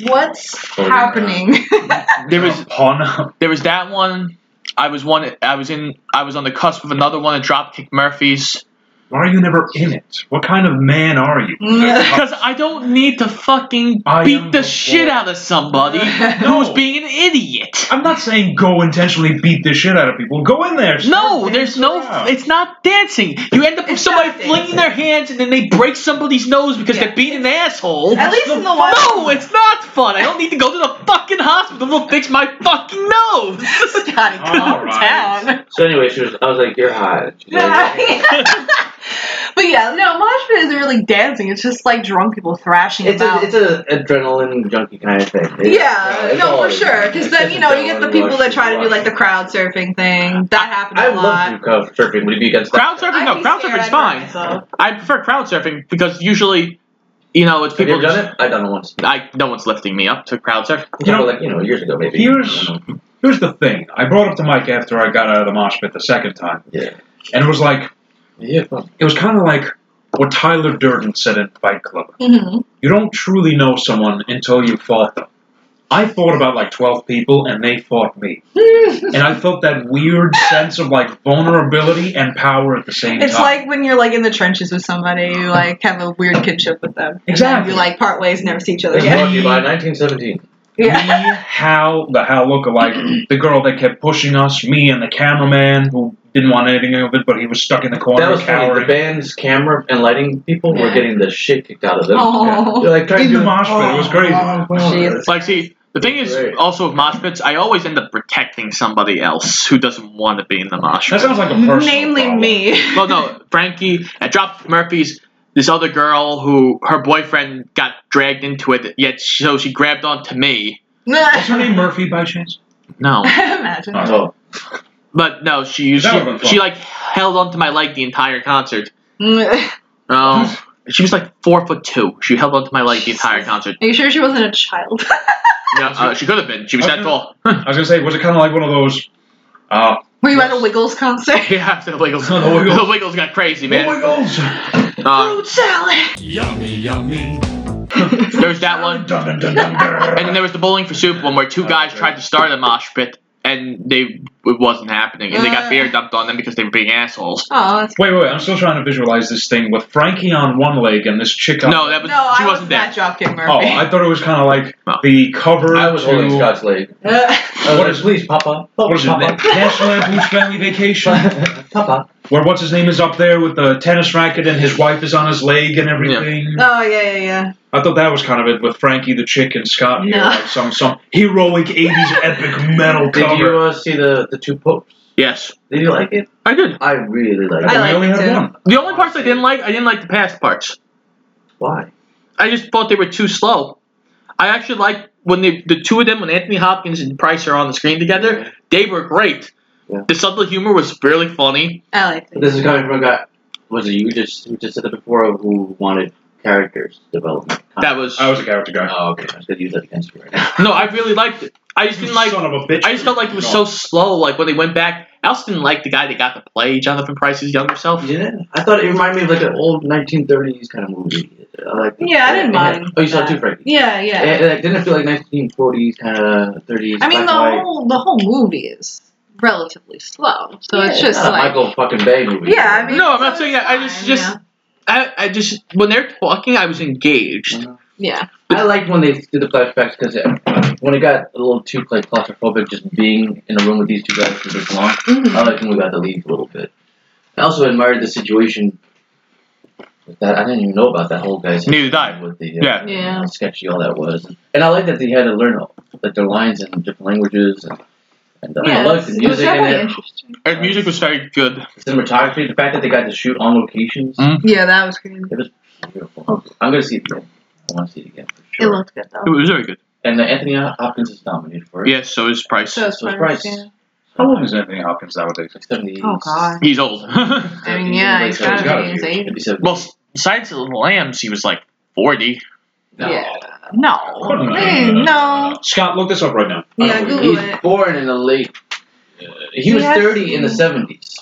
A: what's
B: Oh,
C: Floating
A: happening?
B: There was
C: pawn up.
B: there was that one. I was one. I was in. I was on the cusp of another one at Dropkick Murphys.
C: Why are you never in it? What kind of man are you?
B: Mm. Because I don't need to fucking
C: Oh. I am
B: beat
C: the
B: the shit
C: boy.
B: out of somebody who's being an idiot.
C: I'm not saying go intentionally beat the shit out of people. Go in there.
B: No, there's no.
C: around.
B: It's not dancing. You end up with
A: It's
B: somebody
A: not
B: flinging their hands and then they break somebody's nose because
A: Yeah.
B: they're being an asshole.
A: At least in the one.
B: No, it's not fun. I don't need to go to the fucking hospital to fix my fucking nose.
A: Scotty, calm
C: right.
A: down.
D: So anyway, she was. I was like, "You're hot." She's like,
A: but yeah, no, mosh pit isn't really dancing. It's just like drunk people thrashing
D: it's
A: about.
D: a it's a adrenaline junkie kind of thing. It's-
A: Yeah,
D: it's
A: no,
D: all-
A: for sure. Because
D: it's
A: then
D: just
A: you know you get the
D: adrenaline
A: people that
D: rush
A: try to do
D: rush.
A: like the crowd surfing thing. That happened
D: I
A: a
D: love
A: lot.
D: to do crowd surfing. Would you be against
B: crowd
D: that?
B: surfing?
A: I'd
B: No,
A: be
B: crowd
A: scared,
B: surfing's
A: I'd hurt
B: fine.
A: myself.
B: I prefer crowd surfing because usually, you know, it's
D: Have you
B: people
D: ever done
B: just-
D: it? I've done it once.
B: I no one's lifting me up to crowd surf.
D: You know, like you know, years ago maybe.
C: Here's-
D: I don't know.
C: Here's the thing. I brought up to Mike after I got out of the mosh pit the second time,
D: yeah,
C: and it was like
D: yeah, fun.
C: it was kind of like what Tyler Durden said in Fight Club.
B: Mm-hmm.
A: hmm
C: You don't truly know someone until you fought them. I fought about like 12 people and they fought me. and I felt that weird sense of like vulnerability and power at the same
A: It's
C: time.
A: like when you're like in the trenches with somebody, you like have a weird kinship with them. And then
C: Exactly.
A: You like part ways, never see each other
D: This
C: Yeah.
A: again.
D: brought to you by 1917.
A: Yeah.
C: Me, Hal, the Hal lookalike, the girl that kept pushing us, me and the cameraman who didn't want anything of it, but he was stuck in the corner
D: That was funny. The
C: cowering.
D: band's camera and lighting people were
A: Yeah.
D: getting the shit kicked out of them.
A: Oh.
D: They're like trying
C: In
D: to
C: the mosh pit, it was crazy.
A: Jeez.
B: Like, see, the thing is,
D: Right.
B: also with mosh pits, I always end up protecting somebody else who doesn't want to be in the mosh
C: That
B: pit.
C: sounds like a personal
A: Namely
C: problem.
A: me.
B: well, no, Frankie at Drop Murphy's. This other girl who her boyfriend got dragged into it, yet so she grabbed onto me.
C: Is her name Murphy by chance?
B: No,
A: Imagine.
C: Oh.
D: Oh,
B: but no, she
C: That would've
B: she,
C: been fun.
B: she like held onto my leg the entire concert.
A: Are
B: Oh, she was like four foot two. She held onto my leg the entire concert.
A: you sure she wasn't a child?
B: Yeah, uh, she could have been. She was that tall.
C: I was gonna say, was it kind of like one of those? Uh,
A: Were you at a Wiggles concert?
B: Yeah, the Wiggles.
C: the Wiggles.
B: The Wiggles got crazy, man.
C: Wiggles.
B: Uh,
A: Salad.
B: yummy, yummy. there was Uh, that one, and then there was the bowling for soup one where
D: Oh,
B: two guys tried to start a mosh pit, and they it wasn't happening, and they got beer dumped on them because they were being assholes.
A: Oh, that's
C: Wait, wait, wait, I'm still trying to visualize this thing with Frankie on one leg and this chick on.
B: No, that was
A: no,
B: she
A: I was
B: wasn't there.
A: not Dropkick Murphy.
C: Oh, I thought it was kind of like the cover.
D: I was
C: to-
D: holding Scott's leg. I
C: What
D: was
C: is-
D: like, Uh, please, Papa.
C: What is his name? National Lampoon's Family Vacation.
D: Papa.
C: Where what's his name is up there with the tennis racket and his wife is on his leg and everything.
A: oh yeah, yeah,
C: I thought that was kind of it with Frankie the Chick and Scott here,
A: No.
C: like some some heroic '80s epic metal
D: Did
C: cover.
D: you uh, see the, the two popes?
B: Yes,
D: Did you like it?
B: I did.
D: I really liked
A: I
D: it.
C: I only
A: liked
C: had
A: it.
C: one.
B: The only parts I didn't like, I didn't like the past parts.
D: Why?
B: I just thought they were too slow. I actually liked when the the two of them, when Anthony Hopkins and Price are on the screen together, they were great.
D: Yeah.
B: The subtle humor was really funny.
A: yeah. I liked it.
D: This is coming from a guy. Was it you just who just said it before who wanted characters development?
B: That was
C: I was a character guy.
B: Uh,
D: Oh, okay. I was gonna use that against you right now.
B: no, I really liked it. I just
C: You
B: didn't like.
C: son of a bitch.
B: I just felt like it was so slow. Like when they went back, I also didn't like the guy that got to play Jonathan Price's younger self.
D: You didn't? I thought it reminded me of like an old 1930s kind of movie. I like
A: Yeah, I didn't mind
D: Oh, you saw
A: that.
D: two Frankie.
A: Yeah,
D: Yeah.
A: yeah.
D: It, it didn't feel like 1940s kind of 30s.
A: I mean, the
D: black and white.
A: whole the whole movie is relatively slow, so it's
D: Yeah,
A: just
D: not a
A: like
D: Michael fucking Bay movie.
A: yeah. I mean,
B: No, I'm
A: so
B: not saying that. I
A: it's
B: just
A: fine,
B: just. I, I just when they're talking, I was engaged.
A: yeah.
D: I liked when they did the flashbacks because when it got a little too like claustrophobic, just being in a room with these two guys for this long,
A: yeah. Mhm.
D: I liked when we got to leave a little bit. I also admired the situation with that. I didn't even know about that whole guy's
B: Neither did I.
D: with the
B: Yeah.
A: Yeah.
D: how sketchy all that was. And I like that they had to learn like their lines in different languages and, and uh,
A: Yeah,
D: I liked
A: it
D: the
A: was
D: music in
A: definitely
D: it,
A: interesting.
B: And music was very good.
D: the cinematography, the fact that they got to shoot on locations.
B: Mm.
A: Yeah, that was crazy.
D: It was
B: Mm-hmm.
D: beautiful. I'm gonna see it again. I want to see it again for
A: It
D: sure.
A: looked good
B: It
A: though.
B: was very good.
D: and uh, Anthony Hopkins is nominated for it.
B: Yes, so is Price.
A: So it's
D: so it's
A: fun,
D: Bryce.
A: yeah.
C: How old is Anthony Hopkins nowadays?
D: Like 70s.
A: Oh god.
B: He's old.
A: I mean, yeah, he's
C: gotta
A: got
C: be.
A: to be insane.
B: well, Science of the Lambs, he was like forty.
D: No.
A: Yeah. No. Hey, Mm, no.
C: Scott, look this up right now.
A: Yeah, Google
D: he's
A: it.
D: born in the late. Uh, he,
A: He
D: was
A: has-
D: 30 in the 70s.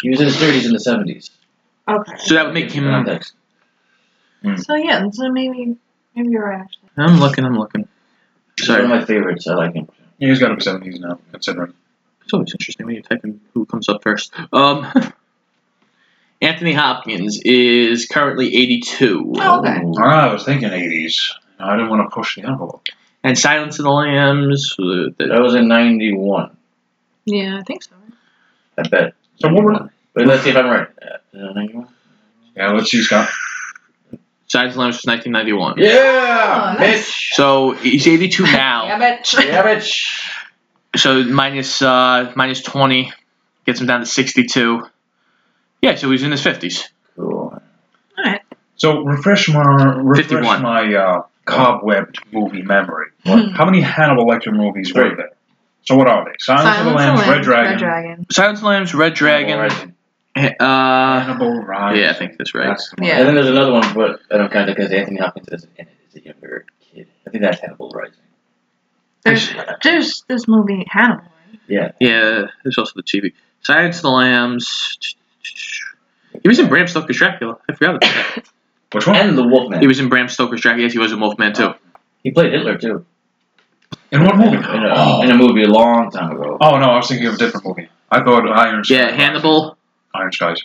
D: He was in his 30s in the 70s.
A: Okay.
B: So that would make him.
D: Context.
A: So yeah, so maybe maybe you're right. Actually.
B: I'm looking. I'm looking.
D: He's
B: Sorry.
D: one of my favorites. I like him.
C: Yeah, he's got to be 70s now, considering.
B: It's always interesting when you type in who comes up first. Um, Anthony Hopkins is currently 82.
A: Oh, okay.
C: Ah, I was thinking 80s. I didn't want to push the envelope.
B: And Silence of the Lambs. uh,
D: That
B: the-
D: was in 91,
A: Yeah, I think so.
D: I bet.
C: So what were-
D: Wait, let's see if I'm right. Uh, 91?
C: Yeah, let's see, Scott.
B: Silence of the Lambs was 1991.
D: Yeah!
A: Oh, nice.
D: bitch!
B: So he's 82
A: Yeah,
B: now.
A: bitch.
D: Yeah, bitch!
B: so minus, uh, minus 20 gets him down to 62. Yeah, so he's in his 50s.
D: Cool.
A: All right.
C: So refresh my refresh
B: 51.
C: my uh, cobwebbed movie memory. How many Hannibal Lecter movies were
D: Three.
C: there? So what are they? Silence, of the Lambs, Red Dragon,
B: Silence of the Lambs, Red Dragon. Uh,
C: Hannibal Rise.
B: yeah, I think that's right.
D: That's the one.
A: Yeah.
D: And then there's another one, but I don't count it because Anthony Hopkins isn't in it. He's a younger kid. I think that's Hannibal Rising.
A: There's there's this movie Hannibal.
D: Yeah.
B: Yeah, there's also the TV. Silence of the Lambs. He was in Bram Stoker's Dracula. I forgot about that.
C: Which one?
D: And the Wolfman.
B: He was in Bram Stoker's Dracula. Yes, he was in Wolfman too.
D: He played Hitler too.
C: In what movie?
D: In a,
C: oh.
D: in a movie a long time ago.
C: Oh, no, I was thinking of a different movie. I thought Iron. Skies.
B: Yeah, Hannibal,
C: Iron Skies.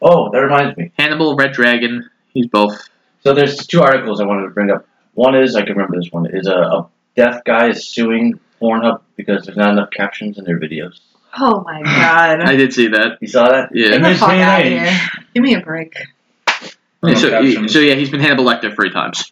D: Oh, that reminds me.
B: Hannibal, Red Dragon. He's both.
D: So there's two articles I wanted to bring up. One is I can remember this one is a, a deaf guy is suing Pornhub because there's not enough captions in their videos.
A: Oh my
B: I
A: god.
B: did see that.
D: You saw that?
B: Yeah.
C: In
A: Get the
C: this
A: fuck
C: day and
A: outta
C: age.
A: here. Give me a break.
B: Yeah, so, he-
C: Captions.
B: so yeah, he's been Hannibal Lecter three times.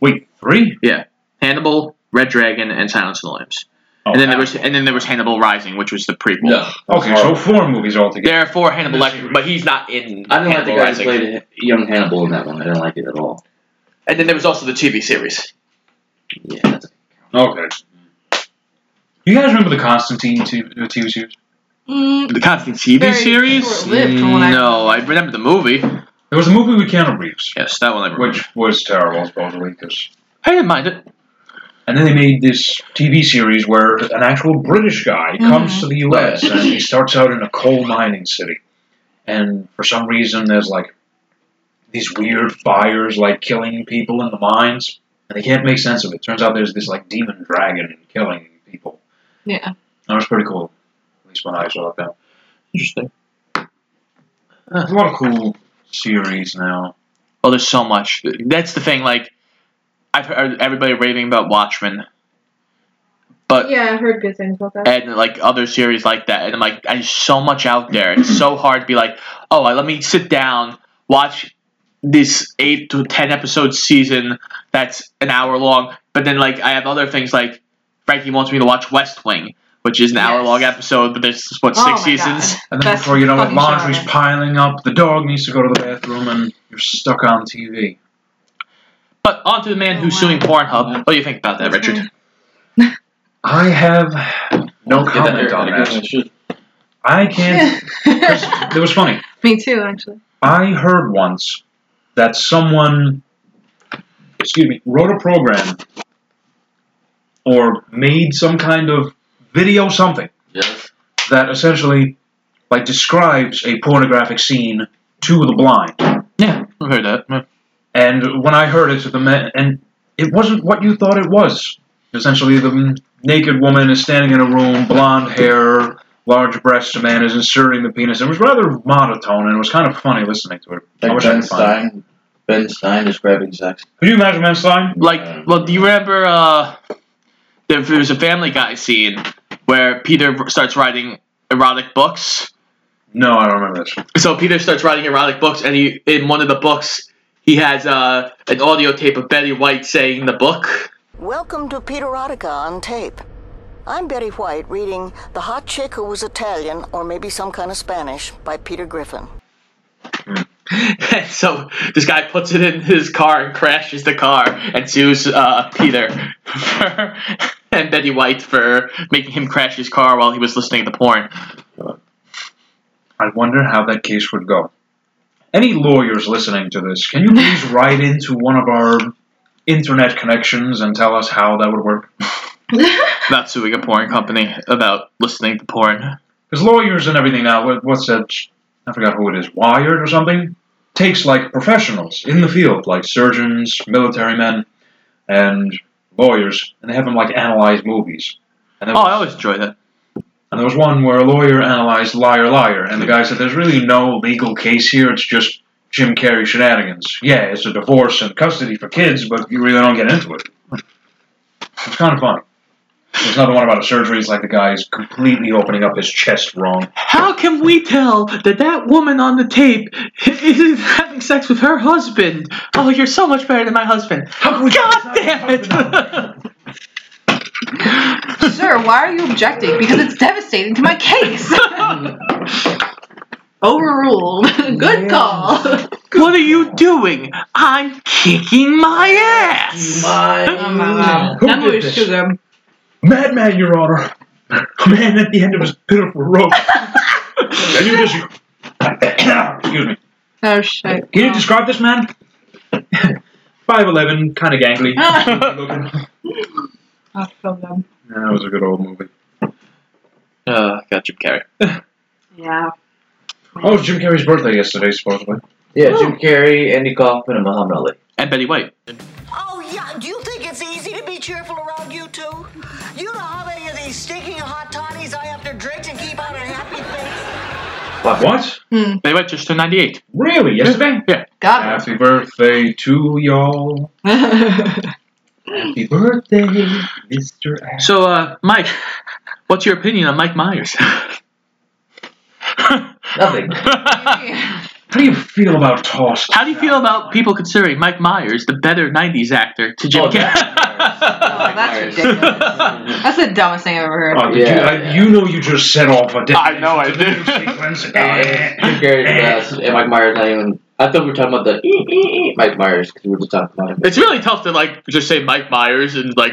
C: Wait, three?
B: Yeah, Hannibal, Red Dragon, and Silence of the Lambs.
C: Oh,
B: and then there was
C: Hannibal.
B: and then there was Hannibal Rising, which was the prequel.
C: Okay, so four movies altogether.
B: There are four Hannibal Lecter, but he's not in
D: I didn't like the
B: Hannibal
D: guy that
B: Rising.
D: played young Hannibal in that one. I didn't like it at all.
B: And then there was also the TV series.
D: Yeah. that's-
C: Okay. You guys remember the Constantine TV, TV series?
A: Mm,
B: The Constantine TV
A: Very
B: series?
A: short-lived from what I
B: no, I remember the movie.
C: There was a movie with Keanu Reeves.
B: Yes, that one I remember.
C: Which was terrible, supposedly, because.
B: I didn't mind it.
C: And then they made this TV series where an actual British guy
A: Mm-hmm.
C: comes to the U.S. and he starts out in a coal mining city, and for some reason there's like these weird fires, like killing people in the mines, and they can't make sense of it. Turns out there's this like demon dragon killing people.
A: yeah.
C: That was pretty cool. At least when I saw it then.
B: Interesting.
C: There's a lot of cool series now.
B: Oh, there's so much. That's the thing. Like, I've heard everybody raving about Watchmen, but
A: yeah, I heard good things about that.
B: and like other series like that. And I'm like, there's so much out there. It's so hard to be like, oh, let me sit down, watch this eight to ten episode season that's an hour long. But then like I have other things like Frankie wants me to watch West Wing, which is an hour long episode, but there's what
A: Oh
B: six
A: my God.
B: seasons.
C: And then
A: That's
C: before you know it,
A: fucking
C: laundry's
A: genre.
C: piling up. The dog needs to go to the bathroom, and you're stuck on TV.
B: But on to the man who's
A: Oh,
B: suing Pornhub. What do you think about that, Richard?
C: I have no
D: Get that
C: comment
D: haircut
C: on
D: again,
C: that.
D: I should-
C: I can't. It was funny.
A: Me too, actually.
C: I heard once that someone, excuse me, wrote a program or made some kind of video something
D: Yes.
C: that essentially like describes a pornographic scene to the blind.
B: Yeah, I've heard that. Yeah.
C: And when I heard it, the men, and it wasn't what you thought it was. Essentially, the naked woman is standing in a room, blonde hair, large breasts. A man is inserting the penis. It was rather monotone, and it was kind of funny listening to it. I
D: Like
C: wish I
D: Ben
C: could find it.
D: Stein. Ben Stein describing sex.
C: Could you imagine Ben Stein?
B: Like, well, do you remember uh, there, there was a Family Guy scene where Peter starts writing erotic books?
C: No, I don't remember this.
B: So Peter starts writing erotic books, and he in one of the books he has uh, an audio tape of Betty White saying the book.
N: Welcome to Peterotica on tape. I'm Betty White reading The Hot Chick Who Was Italian or Maybe Some Kind of Spanish by Peter Griffin.
B: And so this guy puts it in his car and crashes the car and sues uh, Peter for, and Betty White for making him crash his car while he was listening to porn.
C: I wonder how that case would go. Any lawyers listening to this, can you please write into one of our internet connections and tell us how that would work?
B: About suing a porn company about listening to porn.
C: Because lawyers and everything now, what- what's that? I forgot who it is, Wired or something? Takes like professionals in the field, like surgeons, military men, and lawyers, and they have them like analyze movies. And
B: Oh,
C: there was-
B: I always enjoy that.
C: And there was one where a lawyer analyzed Liar Liar, and the guy said, There's really no legal case here, it's just Jim Carrey shenanigans. Yeah, it's a divorce and custody for kids, but you really don't get into it. It's kind of fun. There's another one about a surgery, it's like the guy is completely opening up his chest wrong.
B: How can we tell that that woman on the tape is having sex with her husband? Oh, you're so much better than my husband. God damn it!
A: Sir, why are you objecting? Because it's devastating to my case. Overruled. Good call. Oh,
B: What are you doing? I'm kicking my ass.
D: Mm.
A: Oh my god.
C: Who
A: That
C: did
A: movie's
C: this?
A: too good.
C: Madman, Your Honor! A man at the end of his pitiful rope. Can you just. Excuse me.
A: Oh shit.
C: Can you describe this man? 5'11, kind of gangly. looking.
A: I feel them.
C: Yeah, that was a good old movie.
B: Uh, got Jim Carrey.
A: Yeah.
C: Oh, it was Jim Carrey's birthday yesterday, supposedly.
D: Yeah, Jim Carrey, Andy Kaufman, and Muhammad Ali.
B: And Betty White.
N: Oh, yeah, do you think it's easy to be cheerful around you two? You know how many of these stinking hot toddies I have to drink to keep out a happy face?
C: Uh, What?
B: Betty White just turned 98.
C: Really? Yesterday?
B: Yeah.
A: Got
C: Happy birthday to y'all.
A: it.
C: Happy birthday, Mr. Ash.
B: So, uh, Mike, what's your opinion on Mike Myers?
D: Nothing.
C: How do you feel about Tossed?
B: How do you feel about people considering Mike Myers the better 90s actor to Jim
D: Oh,
A: Oh,
B: Carrey?
A: that's ridiculous. That's the dumbest thing I've ever heard.
C: Oh, did you,
D: Yeah,
C: I,
D: yeah.
C: you know you just set off a
B: I know I do.
C: sequence.
D: Jim Carrey's the best, and Mike Myers not even. I thought we were talking about the ee, ee, ee Mike Myers because we were just talking about him.
B: it's really tough to, like, just say Mike Myers and, like,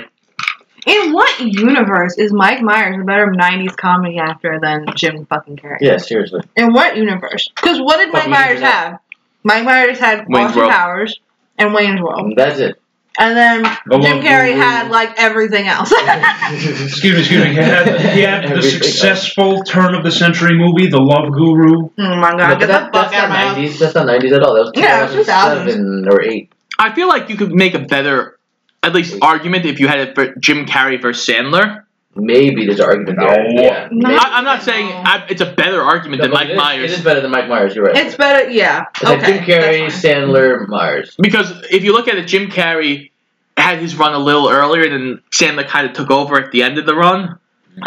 A: In what universe is Mike Myers a better '90s comedy actor than Jim fucking Carrey?
D: Yeah, seriously.
A: In what universe? Because what did Mike
D: Fucking
A: Myers
D: internet.
A: have? Mike Myers had
D: Wayne's
A: Austin
D: World.
A: Powers and Wayne's World,
D: That's it.
A: and then
D: Oh,
A: Jim
D: well,
A: Carrey
D: well, Oh
A: had like everything else.
C: Excuse me, excuse me. He had, he had the
D: Everything.
C: successful turn of the century movie, The Love Guru.
A: Oh my god,
D: No,
A: get
D: but
A: the
D: that,
A: fuck
D: that's
A: out
D: not
A: of my house.
D: 90s. That's not 90s at all. That was
A: Yeah, it was
D: 2007 or 8.
B: I feel like you could make a better, at least argument, if you had it for Jim Carrey versus Sandler.
D: Maybe there's an argument there.
C: No.
D: Yeah.
A: No.
B: I, I'm not saying I, it's a better argument
D: No,
B: than
D: but
B: Mike
D: it is-
B: Myers.
D: It is better than Mike Myers. You're right.
A: It's better, yeah.
D: It's like Jim
A: Okay.
D: Carrey, Sandler, Myers.
B: Because if you look at it, Jim Carrey had his run a little earlier, then Sandler kind of took over at the end of the run.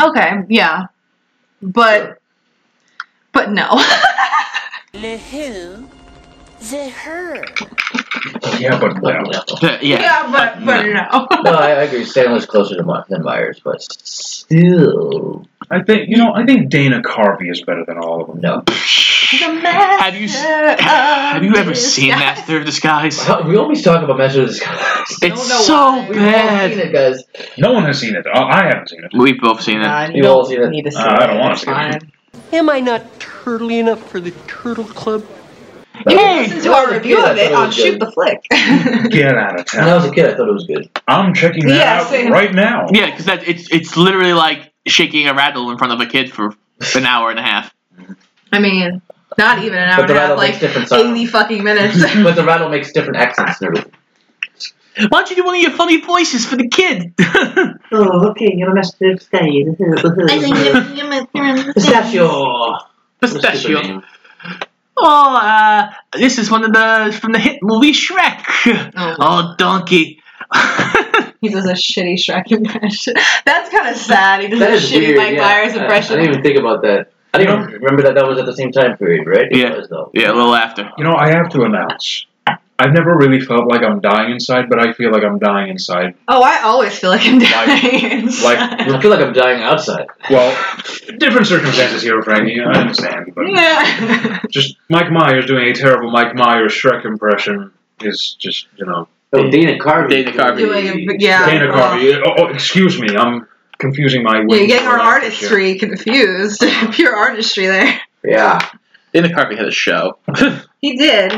A: Okay, yeah. But, but no.
F: The who? The her.
C: Yeah, but well.
B: Yeah,
A: yeah, but but no.
D: no, I, I agree. Sandler's closer to My- than Myers, but still,
C: I think you know. I think Dana Carvey is better than all of them.
D: no.
B: Have you s- have you ever seen Master of Disguise?
D: We always talk about Master of Disguise.
B: It's so
D: We've all seen
B: bad.
D: it, guys.
C: No one has seen it. Oh, I I haven't seen it.
B: We've both seen it.
D: We've all seen it.
C: Uh, I don't want to see it.
L: Am I not turtly enough for the Turtle Club?
A: You
B: Hey,
A: can listen to our review of it on Shoot the Flick.
C: Get out of
D: When I was
C: town.
D: a kid, I thought it was good.
C: I'm checking that
A: Yeah,
C: out
A: same.
C: right now.
B: Yeah, because that it's it's literally like shaking a rattle in front of a kid for an hour and a half.
A: I mean, not even an hour and
D: But the
A: a half,
D: rattle makes
A: like
D: different sounds.
A: 80 fucking minutes.
D: But the rattle makes different accents and everything.
B: Why don't you do one of your funny voices for the kid?
N: Oh, okay, you're Master of Sky. Pistachio.
B: Pistachio. Oh, uh, this is one of the from the hit movie Shrek.
A: Oh.
B: Oh, donkey.
A: he does a shitty Shrek impression. That's kind of sad. He does
D: That
A: a
D: is
A: shitty
D: weird.
A: Mike
D: yeah.
A: Myers
D: I-
A: impression.
D: I, didn't even think about that. I didn't even remember that that was at the same time period, right? It
B: Yeah.
D: was, though.
B: yeah, a little after.
C: You know, I have to announce. I've never really felt like I'm dying inside, but I feel like I'm dying inside.
A: oh, I always feel like I'm dying.
C: Like,
D: I feel like I'm dying outside.
C: well, different circumstances here, Frankie. I understand, but
A: yeah.
C: just Mike Myers doing a terrible Mike Myers Shrek impression is just you know
D: Oh, Dana Carvey.
B: Dana Carvey.
A: Doing a- yeah.
C: Dana
A: oh.
C: Carvey. Oh, oh, excuse me, I'm confusing my.
A: Yeah,
C: wings
A: you're getting
C: for
A: our
C: an actor here.
A: artistry confused. Pure artistry there.
D: Yeah.
B: Dana Carvey had a show.
A: He did.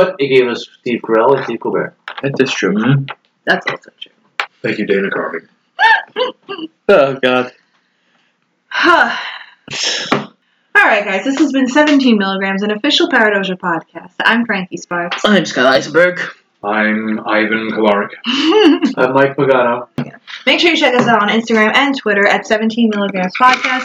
D: But it gave us Steve Carell and Steve Colbert.
B: That is true. Mm-hmm.
C: Mhm.
A: That's also true.
C: Thank you, Dana Carvey.
B: Oh God.
A: Huh. All right, guys. This has been 17 milligrams, an official Paradoja podcast. I'm Frankie Sparks.
B: I'm Scott Eisenberg.
C: I'm Ivan Kolarik.
D: I'm Uh, Mike Pagano.
A: Make sure you check us out on Instagram and Twitter at 17 Milligrams Podcast.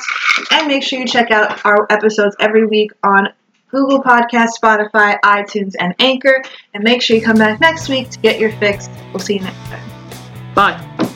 A: And make sure you check out our episodes every week on Google Podcasts, Spotify, iTunes, and Anchor. And make sure you come back next week to get your fix. We'll see you next time.
B: Bye.